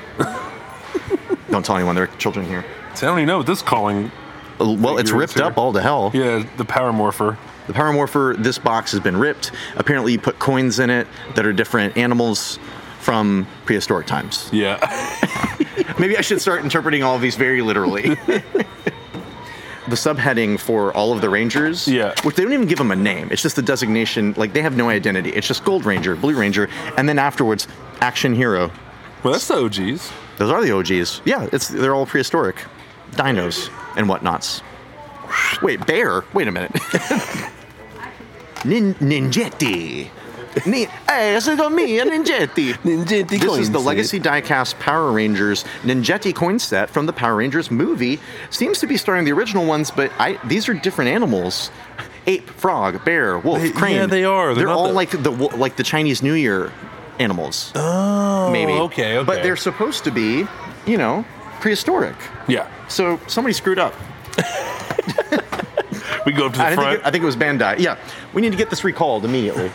B: Don't tell anyone there are children here.
C: I don't even know what this calling.
B: Well, it's
C: Figures
B: ripped
C: here.
B: up all to hell.
C: Yeah, the power morpher.
B: The Power Morpher, this box has been ripped. Apparently, you put coins in it that are different animals from prehistoric times.
C: Yeah.
B: Maybe I should start interpreting all of these very literally. the subheading for all of the Rangers,
C: Yeah.
B: which they don't even give them a name. It's just the designation. Like they have no identity. It's just Gold Ranger, Blue Ranger, and then afterwards, Action Hero.
C: Well, that's the OGs.
B: Those are the OGs. Yeah, it's they're all prehistoric, dinos and whatnots. Wait, bear. Wait a minute. Nin- ninjetti. Ni- hey, this is on me, a ninjetti. This is the Legacy Diecast Power Rangers Ninjetti coin set from the Power Rangers movie. Seems to be starring the original ones, but I, these are different animals: ape, frog, bear, wolf,
C: They-
B: crane.
C: yeah, they are. They're
B: They're,
C: not
B: all
C: the-
B: like the wo- like the Chinese New Year animals.
C: Oh,
B: maybe.
C: Okay, okay.
B: But they're supposed to be, you know, prehistoric.
C: yeah.
B: So somebody screwed up.
C: We go up to
B: I
C: the
B: think,
C: front.
B: it, I think it was Bandai. Yeah, we need to get this recalled immediately.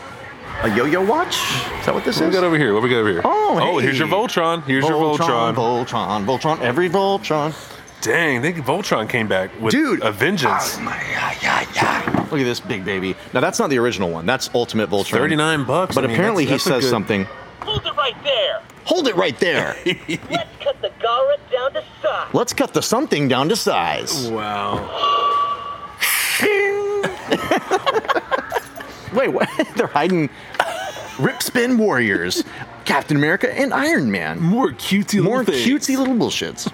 B: A yo-yo watch? Is that what this
C: what we
B: is?
C: got over here? What we got over here?
B: Oh,
C: oh,
B: hey.
C: here's your Voltron. Here's your Voltron.
B: Voltron, Voltron, every Voltron.
C: Dang, they Voltron came back with
B: Dude. Oh,
C: a vengeance.
B: Look at this big baby. Now that's not the original one. That's Ultimate Voltron.
C: 39 bucks.
B: But
C: I mean,
B: apparently
C: that's-
B: he
C: that's a
B: says
C: good-
B: something.
E: Hold it right there.
B: Hold it right there.
E: Let's cut the Gara down to size.
B: Let's cut the something down to size.
C: Wow.
B: Wait, what? They're hiding Rip Spin Warriors, Captain America, and Iron Man.
C: More cutesy
B: More
C: little things.
B: cutesy little bullshits.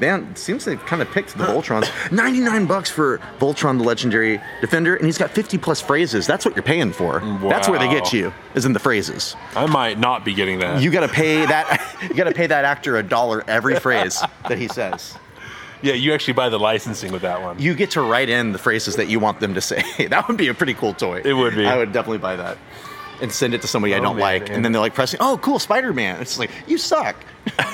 B: Man, it seems they've kind of picked the Voltrons. 99 bucks for Voltron the Legendary Defender, and he's got 50 plus phrases. That's what you're paying for. That's where they get
C: Wow.
B: you, is in the phrases.
C: I might not be getting that.
B: You gotta pay that you gotta pay that actor a dollar every phrase that he says.
C: yeah, you actually buy the licensing with that one.
B: You get to write in the phrases that you want them to say. that would be a pretty cool toy.
C: It would be.
B: I would definitely buy that. And send it to somebody I
C: Oh,
B: don't
C: man,
B: like.
C: man.
B: And then they're like pressing, oh cool, Spider-Man. It's like, you suck.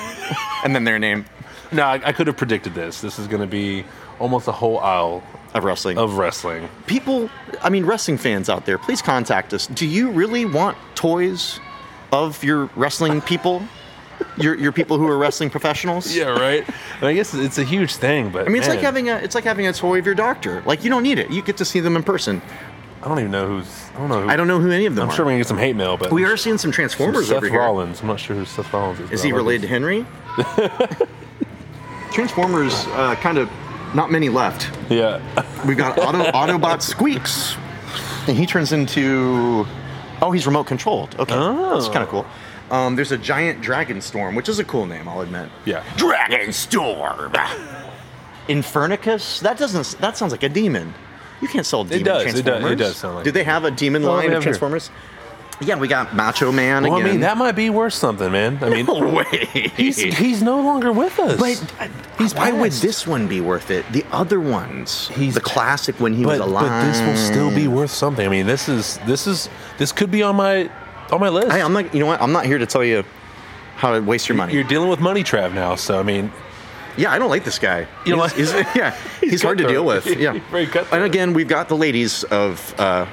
B: and then their name
C: no, I, I could have predicted this. This is going to be almost a whole aisle
B: of wrestling.
C: of wrestling.
B: people, I mean, wrestling fans out there, please contact us. Do you really want toys of your wrestling people? Your, your people who are wrestling professionals?
C: Yeah, right. I guess it's a huge thing, but
B: I mean, it's like
C: man,
B: having a it's like having a toy of your doctor. Like you don't need it. You get to see them in person.
C: I don't even know who's. I don't know. Who,
B: I don't know who any of them
C: I'm
B: are.
C: sure we can get some hate mail, but
B: we are seeing some Transformers
C: Seth
B: over here.
C: Rollins. I'm not sure who Seth Rollins is.
B: Is
C: but
B: he
C: I love
B: related to
C: his-
B: Henry? Transformers, uh, kind of, not many left.
C: Yeah.
B: We've got Auto, Autobot Squeaks, and he turns into oh, he's remote controlled. Okay, that's kind of cool. Um, there's a giant dragon storm, which is a cool name, I'll admit.
C: Yeah.
B: dragon storm. Infernicus. That doesn't. That sounds like a demon. You can't sell demon
C: does, it does- it
B: Transformers.
C: does sound like
B: Do
C: a
B: they have a demon
C: Well,
B: line
C: we
B: of
C: have here.
B: Transformers? Yeah, we got Macho Man
C: Well, I
B: again. Oh,
C: mean, that might be worth something, man. I mean,
B: no way.
C: he's he's no longer with us.
B: But uh, why would
C: passed.
B: this one be worth it? The other ones,
C: He's-
B: the classic when he was
C: but,
B: alive.
C: but this will still be worth something. I mean, this is this is this could be on my on my list.
B: Hey, I'm not. You know what? I'm not here to tell you how to waste your money.
C: You're dealing with money trap now, so I mean,
B: yeah, I don't like this guy.
C: You
B: He's-
C: don't
B: he's- yeah, he's, hard to deal with.
C: cutthroat.
B: Yeah,
C: Very cutthroat.
B: And again, we've got the ladies of uh,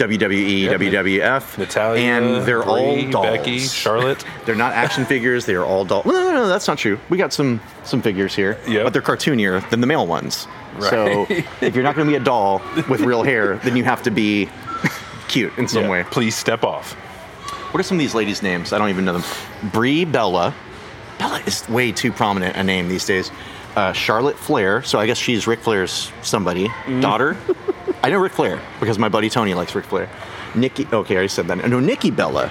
B: E, WWE, WWF,
C: Natalia,
B: and they're
C: Brie,
B: all dolls.
C: Becky, Charlotte.
B: They're not action figures. They are all dolls. No, no, no, that's not true. We got some some figures here,
C: Yep.
B: but they're cartoonier than the male ones.
C: Right.
B: So if you're not going to be a doll with real hair, then you have to be cute in some
C: Yeah,
B: way.
C: please step off.
B: What are some of these ladies' names? I don't even know them. Brie Bella. Bella is way too prominent a name these days. Uh, Charlotte Flair. So I guess she's Ric Flair's somebody.
C: Mm-hmm.
B: Daughter. I know Ric Flair because my buddy Tony likes Ric Flair. Nikki. Okay, I already said that. No, Nikki Bella.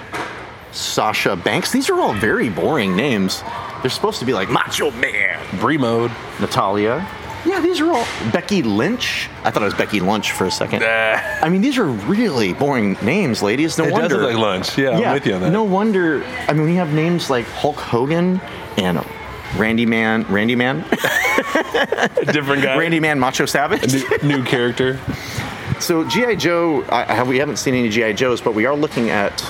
B: Sasha Banks. These are all very boring names. They're supposed to be like Macho Man.
C: Bree mode.
B: Natalia. Yeah, these are all. Becky Lynch. I thought it was Becky Lynch for a second.
C: Nah.
B: I mean, these are really boring names, ladies. No
C: It
B: wonder.
C: does look like lunch. Yeah, I'm with you on that.
B: No wonder. I mean, we have names like Hulk Hogan and Randy Man, Randy Man,
C: different guy.
B: Randy Man, Macho Savage.
C: new, new character.
B: So GI Joe, I, I- we haven't seen any GI Joes, but we are looking at.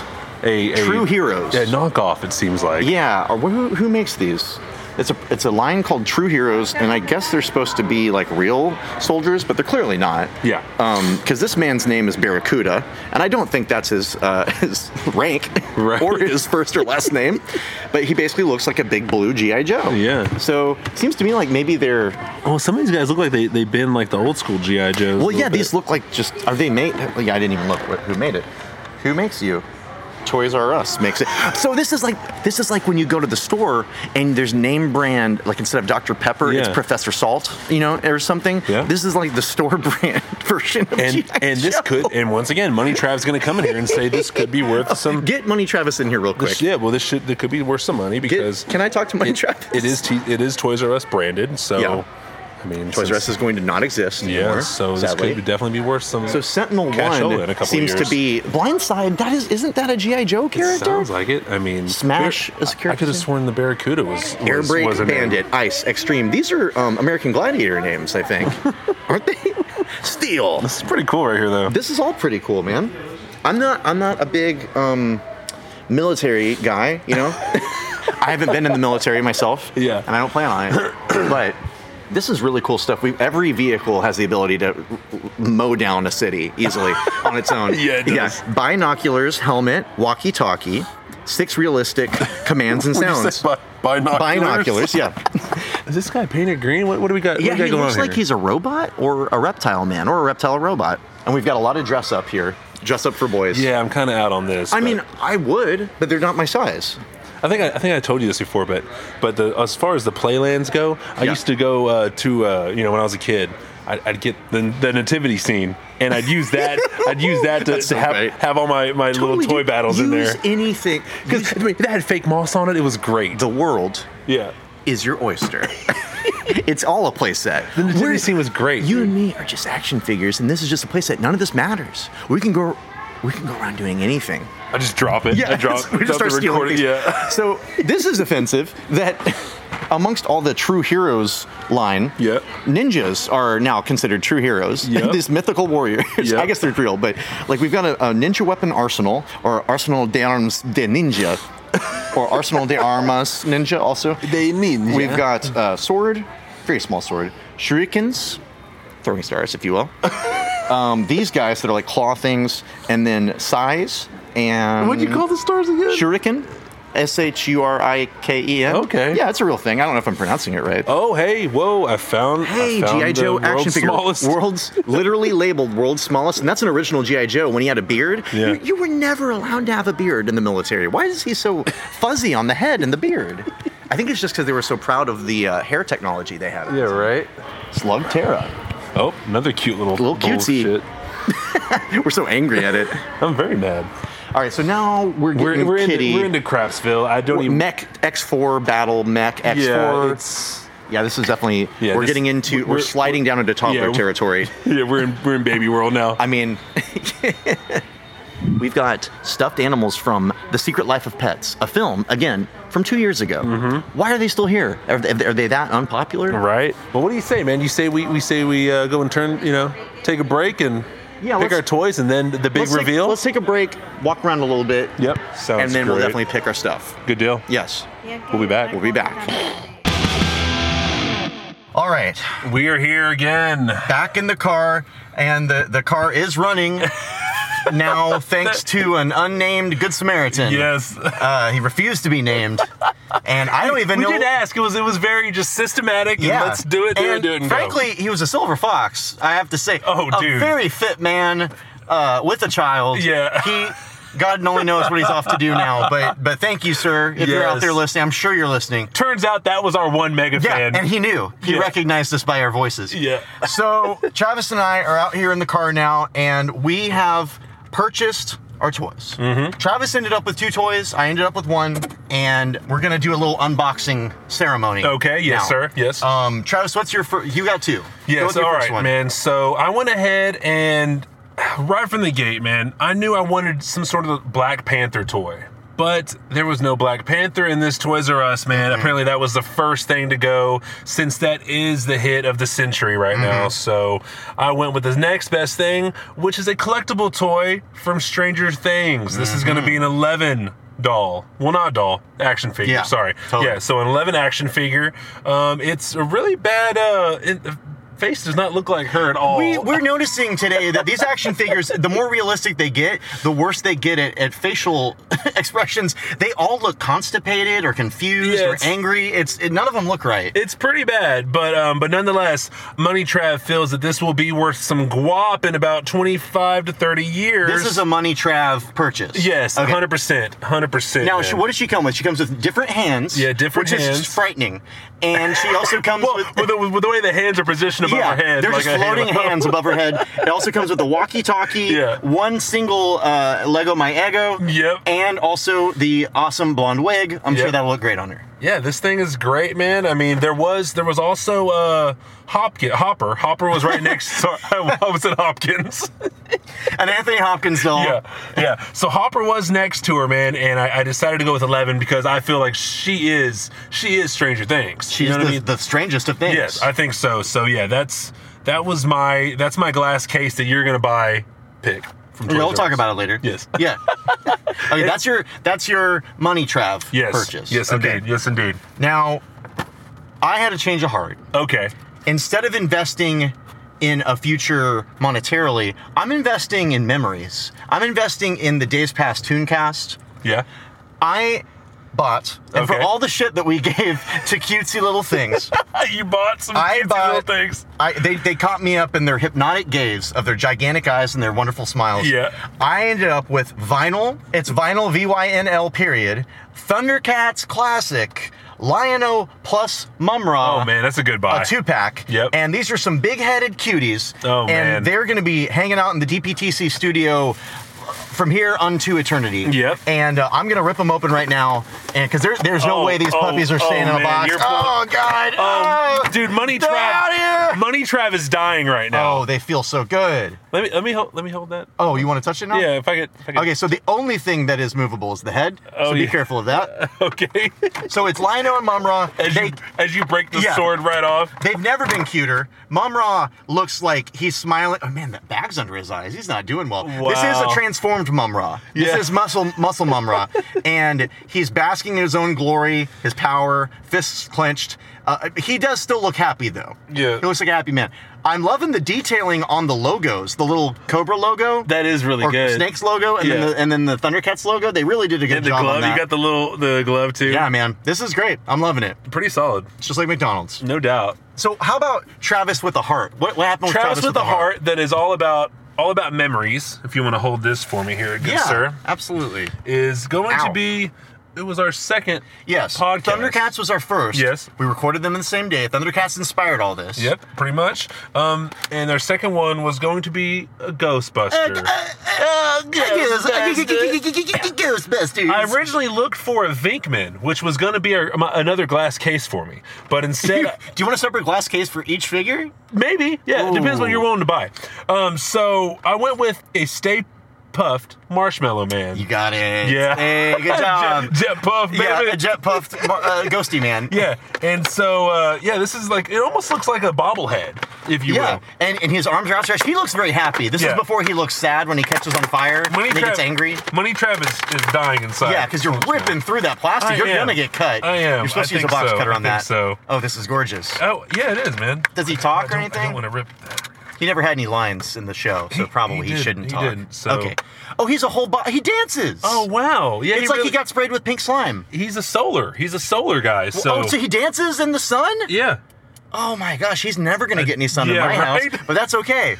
C: A, a
B: True heroes.
C: Yeah, knockoff. It seems like.
B: Yeah, or who, who makes these? It's a it's a line called True Heroes, and I guess they're supposed to be like real soldiers, but they're clearly not.
C: Yeah.
B: Because this man's name is Barracuda, and I don't think that's his uh, his rank
C: Right.
B: or his first or last name, but he basically looks like a big blue GI Joe.
C: Yeah.
B: So it seems to me like maybe they're
C: Well, Oh, some of these guys look like they they've been like the old school GI Joes. a
B: well,
C: little
B: yeah,
C: bit.
B: these look like just are they made? Yeah, I didn't even look what, who made it. Who makes you? Toys R Us makes it. So this is like this is like when you go to the store and there's name brand like instead of Dr Pepper, it's
C: Yeah.
B: Professor Salt, you know, or something.
C: Yeah.
B: This is like the store brand version of
C: And
B: G.I.
C: and this
B: Joe.
C: could and once again, Money Trav's going to come in here and say this could be worth some.
B: get Money Travis in here real quick.
C: this- yeah, well, this should that could be worth some money
B: Get-
C: because
B: can I talk to Money Travis?
C: it is t- it is Toys R Us branded. So
B: Yeah.
C: I mean,
B: Toys R Us is going to not exist
C: yeah.
B: anymore.
C: so
B: sadly.
C: this could definitely be worth some.
B: So Sentinel
C: cash
B: One
C: in a couple
B: seems to
C: years.
B: be Blindside. That is, isn't that a GI Joe
C: It
B: character?
C: sounds like it. I mean,
B: Smash
C: Bar-
B: is
C: I- I
B: character.
C: could have sworn the Barracuda was, was
B: Air Brake,
C: was a name.
B: Bandit, Ice, Extreme. These are um, American Gladiator names, I think, aren't they? Steel.
C: This is pretty cool right here, though.
B: This is all pretty cool, man. I'm not. I'm not a big um, military guy. You know, I haven't been in the military myself.
C: Yeah.
B: and I don't plan on it. but this is really cool stuff. We every vehicle has the ability to mow down a city easily on its own.
C: Yeah, it does.
B: Binoculars, helmet, walkie-talkie, six realistic commands and
C: Would you say
B: sounds.
C: bi- binoculars.
B: Binoculars, yeah.
C: Is this guy painted green? What, what do we got?
B: Yeah,
C: what do we
B: he
C: got going
B: looks
C: on
B: like
C: here?
B: he's a robot or a reptile man or a reptile robot. And we've got a lot of dress up here. Dress up for boys.
C: Yeah, I'm kind of out on this.
B: I
C: but-
B: mean, I would, but they're not my size.
C: I think I, I think I told you this before, but but the, as far as the playlands go, I
B: Yeah.
C: used to go uh, to uh, you know when I was a kid, I'd, I'd get the, the nativity scene, and I'd use that I'd use that to,
B: That's so
C: to have,
B: great.
C: have all my, my
B: Totally,
C: little toy
B: dude.
C: battles in
B: Use
C: there.
B: anything.
C: Because I mean, that had fake moss on it. It was great.
B: The world
C: yeah,
B: is your oyster. it's all a playset.
C: the nativity scene was great.
B: You
C: dude.
B: and me are just action figures, and this is just a playset. None of this matters. We can go. We can go around doing anything.
C: I just drop it. I drop,
B: we just
C: drop the
B: start stealing
C: recording.
B: things.
C: Yeah.
B: So this is offensive that amongst all the true heroes line,
C: Yeah.
B: ninjas are now considered true heroes.
C: Yep.
B: These mythical warriors.
C: Yep.
B: I guess they're real, but like we've got a, a ninja weapon arsenal or arsenal de arms de ninja. or arsenal de armas ninja also.
C: They mean
B: We've got uh, sword, very small sword, shurikens, throwing stars, if you will. um, these guys that are like claw things, and then size and
C: What do you call the stars again?
B: shuriken, S H U R I K E N.
C: Okay.
B: yeah, it's a real thing. I don't know if I'm pronouncing it right.
C: Oh hey, whoa! I found.
B: Hey,
C: I found
B: GI
C: the
B: Joe action
C: world's
B: figure,
C: Smallest.
B: world's literally labeled world's smallest, and that's an original GI Joe when he had a beard.
C: Yeah.
B: You, you were never allowed to have a beard in the military. Why is he so fuzzy on the head and the beard? I think it's just because they were so proud of the uh, hair technology they had.
C: Yeah, right.
B: Slug Terra.
C: Oh, another cute little
B: Little cutesy.
C: bullshit.
B: We're so angry at it.
C: I'm very mad.
B: All right, so now we're getting
C: We're, we're,
B: kitty.
C: into, we're into Craftsville. I don't even.
B: mech X4 battle mech X4.
C: yeah, it's,
B: Yeah, this is definitely
C: Yeah,
B: we're
C: this-
B: getting into we're,
C: we're-
B: sliding down into toddler
C: yeah, we-
B: territory.
C: yeah, we're in we're in baby world now.
B: I mean, we've got stuffed animals from The Secret Life of Pets, a film again from two years ago. Why are they still here? Are they, are they that unpopular?
C: Mm-hmm. right. Well, what do you say, man? You say we we say we uh, go and turn, you know, take a break and
B: Yeah,
C: pick
B: let's-
C: our toys, and then the big
B: Let's take-
C: reveal.
B: let's take a break, walk around a little bit.
C: Yep, sounds
B: and then we'll
C: great.
B: definitely pick our stuff.
C: Good deal.
B: Yes.
C: We'll be back.
B: We'll be back. All right,
C: We are here again.
F: back in the car, and the, the car is running now thanks to an unnamed Good Samaritan.
C: Yes.
F: Uh, he refused to be named, and I don't even
C: we
F: know.
C: did ask. It was it was very just systematic. and
F: Yeah,
C: let's do it. Do
F: and
C: it. Do it. And go.
F: frankly, he was a silver fox. I have to say,
C: Oh,
F: a
C: dude.
F: very fit man uh, with a child.
C: Yeah.
F: he. God only knows what he's off to do now, but but thank you, sir. If you're out
C: Yes.
F: there listening, I'm sure you're listening.
C: turns out that was our one mega
F: Yeah,
C: fan.
F: and he knew. He
C: Yeah.
F: recognized us by our voices.
C: Yeah.
F: So Travis and I are out here in the car now, and we have purchased our toys.
C: Mm-hmm.
F: Travis ended up with two toys. I ended up with one, and we're gonna do a little unboxing ceremony.
C: Okay, yes,
F: now.
C: sir, yes.
F: Um, Travis, what's your first? You got two. Go with
C: Yes,
F: your
C: all
F: first
C: right,
F: one.
C: man. So I went ahead and right from the gate, man, I knew I wanted some sort of Black Panther toy. But there was no Black Panther in this Toys R Us, man.
F: Mm-hmm.
C: Apparently, that was the first thing to go since that is the hit of the century right
F: Mm-hmm.
C: now. So I went with the next best
F: Mm-hmm.
C: thing, which is a collectible toy from Stranger Things. This is going to be an 11 doll. Well, not doll, action figure.
B: Yeah,
C: sorry.
B: totally.
C: Yeah, so an 11 action figure. Um, it's a really bad. Uh, it, the face does not look like her at all.
B: We, we're noticing today that these action figures, the more realistic they get, the worse they get at, at facial expressions. They all look constipated or confused
C: Yeah,
B: or
C: it's-
B: angry. It's it, none of them look right.
C: it's pretty bad, but um, but nonetheless, Money Trav feels that this will be worth some guap in about 25 to 30 years.
B: this is a money trav purchase.
C: yes,
B: Okay.
C: 100%, 100%.
B: Now,
C: man.
B: she, what does she come with? She comes with different hands.
C: Yeah, different
B: which is
C: hands.
B: frightening. And she also comes
C: Well,
B: with.
C: with the, with the way the hands are positioned above
B: yeah,
C: her head,
B: they're
C: like
B: just
C: a hand-
B: floating hands above her head. It also comes with a walkie-talkie,
C: Yeah.
B: one single uh, Lego My Ego,
C: Yep.
B: and also the awesome blonde wig. I'm sure
C: Yep.
B: that'll look great on her.
C: Yeah, this thing is great, man. I mean, there was there was also uh, Hopkins, Hopper. Hopper was right next. Sorry, I was at Hopkins.
B: An Anthony Hopkins doll.
C: yeah, yeah. So Hopper was next to her, man, and I, I decided to go with Eleven because I feel like she is she is Stranger Things.
B: She's
C: you know
B: the,
C: what I mean?
B: the strangest of things.
C: Yes, I think so. So yeah, that's that was my that's my glass case that you're gonna buy pick from. Toys
B: we'll
C: R
B: talk
C: Us.
B: about it later.
C: Yes.
B: Yeah. Okay, that's your that's your money trav
C: Yes.
B: purchase.
C: Yes,
B: okay.
C: indeed. Yes, indeed.
B: Now, I had a change of heart.
C: Okay.
B: Instead of investing in a future monetarily, I'm investing in memories. I'm investing in the Days Past Tooncast.
C: Yeah.
B: I bought, and for
C: Okay.
B: all the shit that we gave to cutesy little things,
C: You bought some
B: I
C: cutesy
B: bought-
C: little things.
B: I, they, they caught me up in their hypnotic gaze of their gigantic eyes and their wonderful smiles.
C: Yeah.
B: I ended up with vinyl. It's vinyl V Y N L period. Thundercats classic. Lion-O plus Mumra.
C: Oh man, that's a good buy.
B: A two pack.
C: Yep.
B: And these are some big headed cuties.
C: Oh,
B: and
C: man.
B: they're going to be hanging out in the DPTC studio from here unto eternity.
C: Yep.
B: And uh, I'm going to rip them open right now. And because there's, there's no
C: Oh,
B: way these
C: oh,
B: puppies are
C: oh,
B: staying in a
C: man,
B: box.
C: you're pulling-
B: Oh, God.
C: Um,
B: oh.
C: dude, Money
B: They're
C: Trav.
B: out here!
C: Money Trav is dying right now.
B: Oh, they feel so good.
C: Let me let me hold let me hold that.
B: Oh, you want to touch it now?
C: Yeah, if I could. If I could.
B: Okay, so the only thing that is movable is the head. so
C: Oh,
B: be
C: yeah.
B: careful of that.
C: Okay.
B: So it's Lino and Mumra.
C: As
B: They,
C: you as you break the
B: Yeah.
C: sword right off.
B: they've never been cuter. Mumra looks like he's smiling. Oh man, that bag's under his eyes. He's not doing well. This is a
C: Wow.
B: transformed Mumra. This
C: Yeah.
B: is muscle muscle Mumra, and he's basking in his own glory, his power, fists clenched. Uh, he does still look happy though.
C: Yeah.
B: he looks like a happy man. I'm loving the detailing on the logos, the little cobra logo.
C: That is really
B: or
C: good.
B: Snakes logo and
C: Yeah.
B: then the, and then the Thundercats logo. They really did a good
C: And the
B: job on
C: glove.
B: that.
C: You got the little the glove too.
B: yeah, man, this is great. I'm loving it.
C: Pretty solid.
B: It's just like McDonald's.
C: No doubt.
B: So how about Travis with a heart? What, what happened with
C: Travis,
B: Travis,
C: with a heart. that is all about all about memories. If you want to hold this for me here, good
B: Yeah,
C: sir,
B: absolutely.
C: is going
B: Ow.
C: to be. It was our second.
B: Yes,
C: Podcast.
B: Thundercats was our first.
C: Yes.
B: we recorded them in the same day. Thundercats inspired all this.
C: Yep, pretty much. Um, and our second one was going to be a Ghostbuster.
B: Uh, Ghostbusters.
C: I originally looked for a Vinkman, which was going to be our, my, another glass case for me, but
B: Do
C: instead,
B: you want a separate glass case for each figure?
C: maybe, yeah, it depends what
B: Ooh.
C: you're willing to buy. Um, so I went with a Stay Puffed Marshmallow Man.
B: You got it.
C: yeah,
B: Hey, good job.
C: Jet, Jet Puff, baby.
B: yeah, a jet puffed uh, ghosty man.
C: Yeah, and so uh, yeah, this is like it almost looks like a bobblehead, if you
B: Yeah,
C: will.
B: and, and his arms are outstretched. He looks very happy. This is
C: Yeah.
B: before he looks sad when he catches on fire
C: Money
B: and he
C: Trav-
B: gets angry.
C: Money Trav is, is dying inside.
B: Yeah, because you're ripping through that plastic.
C: I
B: you're
C: am.
B: gonna get cut.
C: I am.
B: You're supposed to
C: I
B: use a
C: think
B: box
C: so.
B: cutter
C: I
B: on
C: think
B: that.
C: so.
B: Oh, this is gorgeous.
C: Oh yeah, it is, man.
B: Does he talk or
C: I don't- I
B: anything?
C: don't want to rip that.
B: He never had any lines in the show, so probably he,
C: didn't.
B: shouldn't
C: He
B: talk.
C: didn't, so-
B: Okay. Oh, he's a whole bo- he dances.
C: Oh wow, yeah.
B: it's like
C: really-
B: he got sprayed with pink slime.
C: He's a solar. He's a solar guy. So,
B: oh, so he dances in the sun?
C: yeah.
B: Oh my gosh, he's never gonna get any sun in
C: Uh, Yeah,
B: my
C: right?
B: house, but that's okay.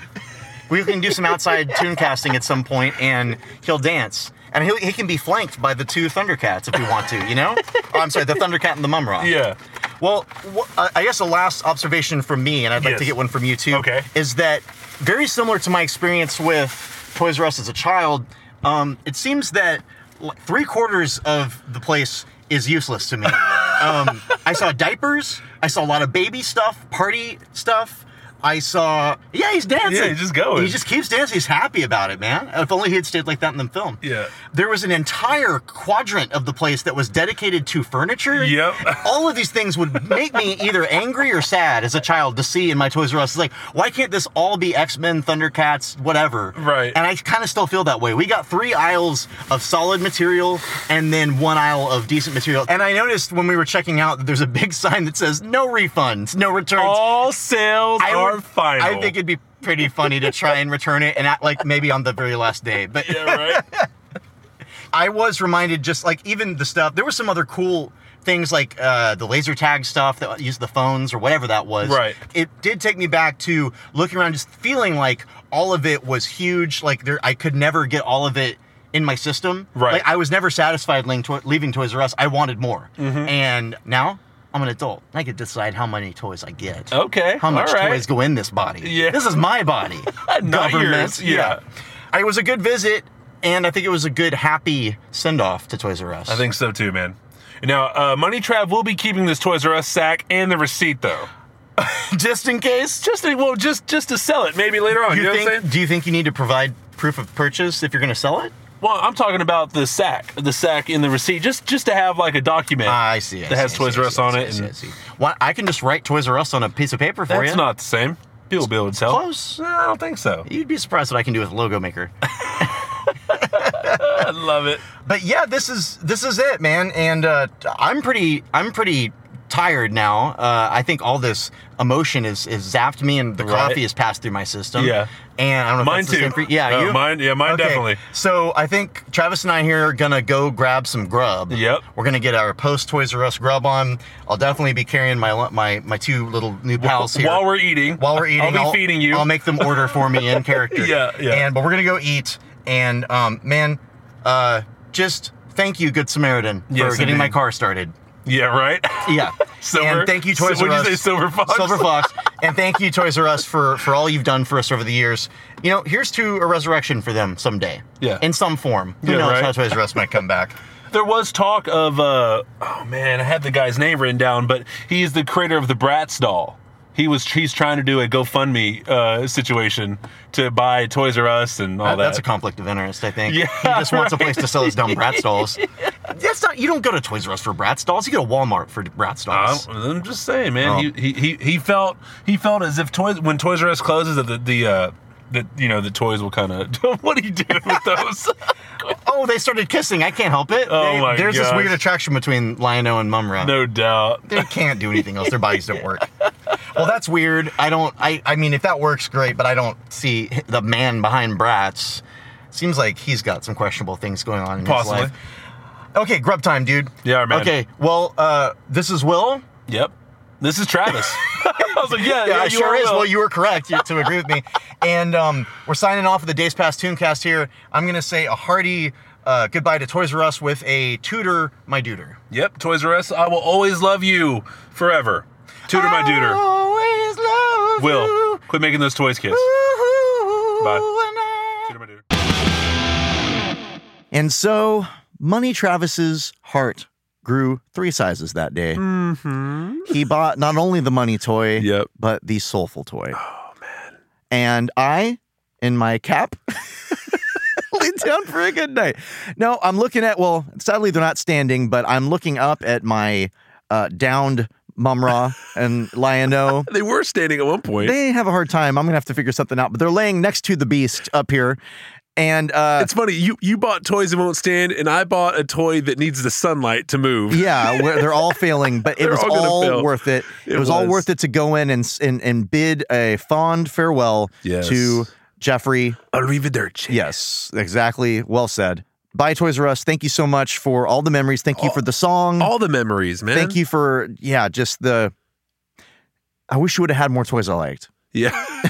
B: We can do some outside tune casting at some point, and he'll dance, and he he can be flanked by the two Thundercats if we want to, you know? oh, I'm sorry, the Thundercat and the Mumra.
C: Yeah.
B: Well, wh- I- I guess the last observation from me, and I'd like
C: Yes.
B: to get one from you too,
C: Okay.
B: is that very similar to my experience with Toys R Us as a child, um, it seems that like, three quarters of the place is useless to me. um, I saw diapers, I saw a lot of baby stuff, party stuff. I saw. Yeah, he's dancing.
C: Yeah, he's just going.
B: He just keeps dancing. He's happy about it, man. If only he had stayed like that in the film.
C: Yeah.
B: There was an entire quadrant of the place that was dedicated to furniture.
C: Yep.
B: All of these things would make me either angry or sad as a child to see in my Toys R Us. It's like, why can't this all be X Men, Thundercats, whatever?
C: Right.
B: And I kind of still feel that way. We got three aisles of solid material and then one aisle of decent material. And I noticed when we were checking out that there's a big sign that says no refunds, no returns.
C: All sales
B: I
C: are
B: would-
C: final.
B: I think it'd be pretty funny to try and return it and act like maybe on the very last day. But
C: Yeah, right.
B: I was reminded just like even the stuff, there were some other cool things like uh, the laser tag stuff that used the phones or whatever that was.
C: Right.
B: It did take me back to looking around, just feeling like all of it was huge. Like there, I could never get all of it in my system.
C: Right.
B: Like I was never satisfied leaving, to- leaving Toys R Us. I wanted more.
C: Mm-hmm.
B: And now I'm an adult. I could decide how many toys I get.
C: Okay,
B: How much
C: all right.
B: toys go in this body?
C: Yeah.
B: This is my body.
C: Not yours, yeah.
B: It was a good visit, and I think it was a good, happy send off to Toys R Us.
C: I think so too, man. Now, uh, Money Trav will be keeping this Toys R Us sack and the receipt though.
B: just in case.
C: Just to, well, just just to sell it maybe later on. You,
B: You
C: know what I'm
B: think?
C: saying?
B: Do you think you need to provide proof of purchase if you're going to sell it?
C: Well, I'm talking about the sack, the sack and the receipt, just just to have like a document.
B: I see. I
C: That has
B: see, I
C: Toys
B: see,
C: R
B: I
C: Us
B: see, I
C: on
B: see,
C: it
B: I see,
C: and-
B: I see. Why- I can just write Toys R Us on a piece of paper for you.
C: That's not the same. People will be able to tell.
B: Close.
C: I don't think so.
B: You'd be surprised what I can do with Logo Maker.
C: I love it.
B: but yeah, this is this is it, man. And uh, I'm pretty I'm pretty tired now. Uh, I think all this emotion is is zapped me, and the
C: Right.
B: coffee has passed through my system.
C: Yeah.
B: and I don't know.
C: Mine
B: if that's the
C: too.
B: same for- yeah,
C: No,
B: you.
C: mine- yeah, mine
B: Okay.
C: definitely.
B: So I think Travis and I here are gonna go grab some grub.
C: Yep.
B: We're gonna get our post Toys R Us grub on. I'll definitely be carrying my lu- my my two little new pals here
C: While we're eating,
B: while we're eating.
C: I'll be feeding you.
B: I'll make them order for me in character.
C: Yeah, yeah.
B: And but we're gonna go eat. And um, man, uh, just thank you, Good Samaritan, for
C: Yes,
B: getting my
C: indeed.
B: car started.
C: yeah, right.
B: Yeah.
C: Silver-
B: and thank you, Toys
C: so-
B: R
C: what'd
B: Us.
C: you say, Silver Fox?
B: Silver Fox. and thank you, Toys R Us, for for all you've done for us over the years. You know, here's to a resurrection for them someday.
C: Yeah.
B: In some form. Who
C: Yeah,
B: knows
C: right.
B: how Toys R Us might come back.
C: There was talk of uh oh man, I had the guy's name written down, but he is the creator of the Bratz doll. He was he's trying to do a GoFundMe uh, situation to buy Toys R Us and all
B: Uh,
C: that.
B: That's a conflict of interest, I think.
C: Yeah,
B: he just wants a place to sell his dumb Bratz dolls. That's not. You don't go to Toys R Us for Bratz dolls. You go to Walmart for Bratz
C: I'm,
B: dolls.
C: I'm just saying, man.
B: Oh.
C: He, he, he he felt he felt as if toys when Toys R Us closes that the, the uh, that you know the toys will kind of what are you doing with those?
B: oh, they started kissing. I can't help it.
C: Oh
B: They-
C: my
B: There's this
C: gosh.
B: weird attraction between Lion-O and Mumra.
C: no doubt.
B: They can't do anything else. Their bodies don't work. Well, that's weird. I don't. I. I mean, if that works, great. But I don't see the man behind Bratz. Seems like he's got some questionable things going on in
C: Possibly.
B: his life. Okay, grub time, dude.
C: Yeah, man.
B: Okay. Well, uh, this is Will.
C: Yep. This is Travis. I was like, yeah, yeah,
B: yeah,
C: you
B: sure
C: are
B: is.
C: Will.
B: Well, you were correct you- to agree with me. And um, we're signing off with the Days Past Tooncast here. I'm going to say a hearty uh, goodbye to Toys R Us with a tutor, my duder.
C: Yep, Toys R Us. I will always love you forever. Tutor my
B: I
C: duder.
B: always love
C: Will,
B: you.
C: quit making those toys kiss.
B: Ooh,
C: Bye.
B: and I-
C: Tutor my duder.
B: And so, Money Travis's heart grew three sizes that day. Mm-hmm. He bought not only the money toy,
C: Yep.
B: but the soulful toy. Oh, man. And I, in my cap, laid down for a good night. No, I'm looking at, well, sadly, they're not standing, but I'm looking up at my uh, downed Mumra and Lion-O.
C: They were standing at one point.
B: They have a hard time. I'm going to have to figure something out, but they're laying next to the beast up here. And uh,
G: It's funny. You you bought toys that won't stand, and I bought a toy that needs the sunlight to move.
H: yeah, where they're all failing, but it
G: They're
H: was
G: all gonna
H: all,
G: fail.
H: worth it. It,
G: It
H: was, all
G: was.
H: worth it to go in and s- and, and bid a fond farewell
G: Yes.
H: to Jeffrey.
G: Arrivederci.
H: Yes, exactly. Well said. Bye, Toys R Us. Thank you so much for all the memories. Thank you for the song.
G: All the memories, man.
H: Thank you for yeah, just the. I wish you would have had more toys I liked.
G: Yeah.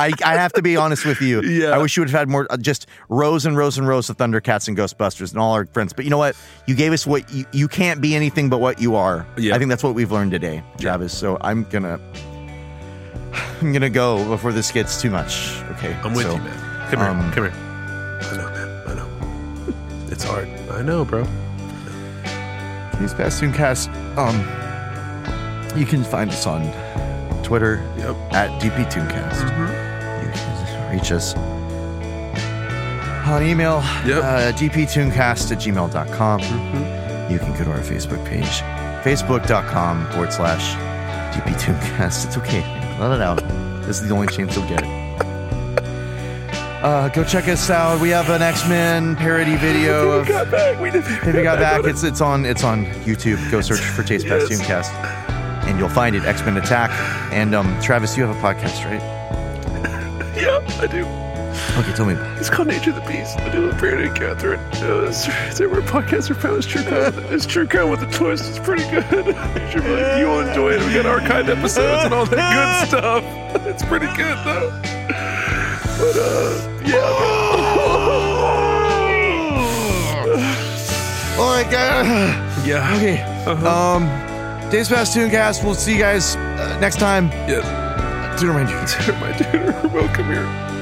H: I, I have to be honest with you.
G: Yeah.
H: I wish you would have had more, uh, just rows and rows and rows of Thundercats and Ghostbusters and all our friends. But you know what? You gave us what you, you can't be anything but what you are.
G: Yeah.
H: I think that's what we've learned today, Travis. So I'm gonna, I'm gonna go before this gets too much. Okay.
G: I'm with
H: so,
G: you, man. Come
H: um,
G: here. Come here. I know, man. I know. It's hard. I know, bro.
H: These past Zoomcasts, um, you can find us on
B: Twitter
G: Yep. Mm-hmm.
B: at DPToonCast. You can reach us on email,
G: Yep.
B: uh, dptooncast at gmail.com.
G: Mm-hmm.
B: You can go to our Facebook page, facebook.com forward slash dptooncast. It's okay. Let it out. this is the only chance you'll get it. Uh, go check us out. We have an X Men parody video of
G: Got back. We did.
B: if you got back,
G: on it.
B: it's it's on it's on YouTube. Go search for Taste Past
G: Yes.
B: Tooncast, and you'll find it. X Men Attack. And um, Travis, you have a podcast, right?
G: Yep, I do.
B: Okay, tell me.
G: It's called Nature of the Beast. I do a Brandon and Catherine. Uh, it's, it's everywhere podcasts are found. It's true crime. It's true crime with a twist. It's pretty good. You should really- You'll enjoy it. We got archived episodes and all that good stuff. It's pretty good though. But uh, yeah.
B: All right, guys.
G: yeah.
B: Okay. Um, Taste Past Tooncast. We'll see you guys uh, next time.
G: Yeah.
B: Tuner Ranger.
G: My dinner. Welcome here.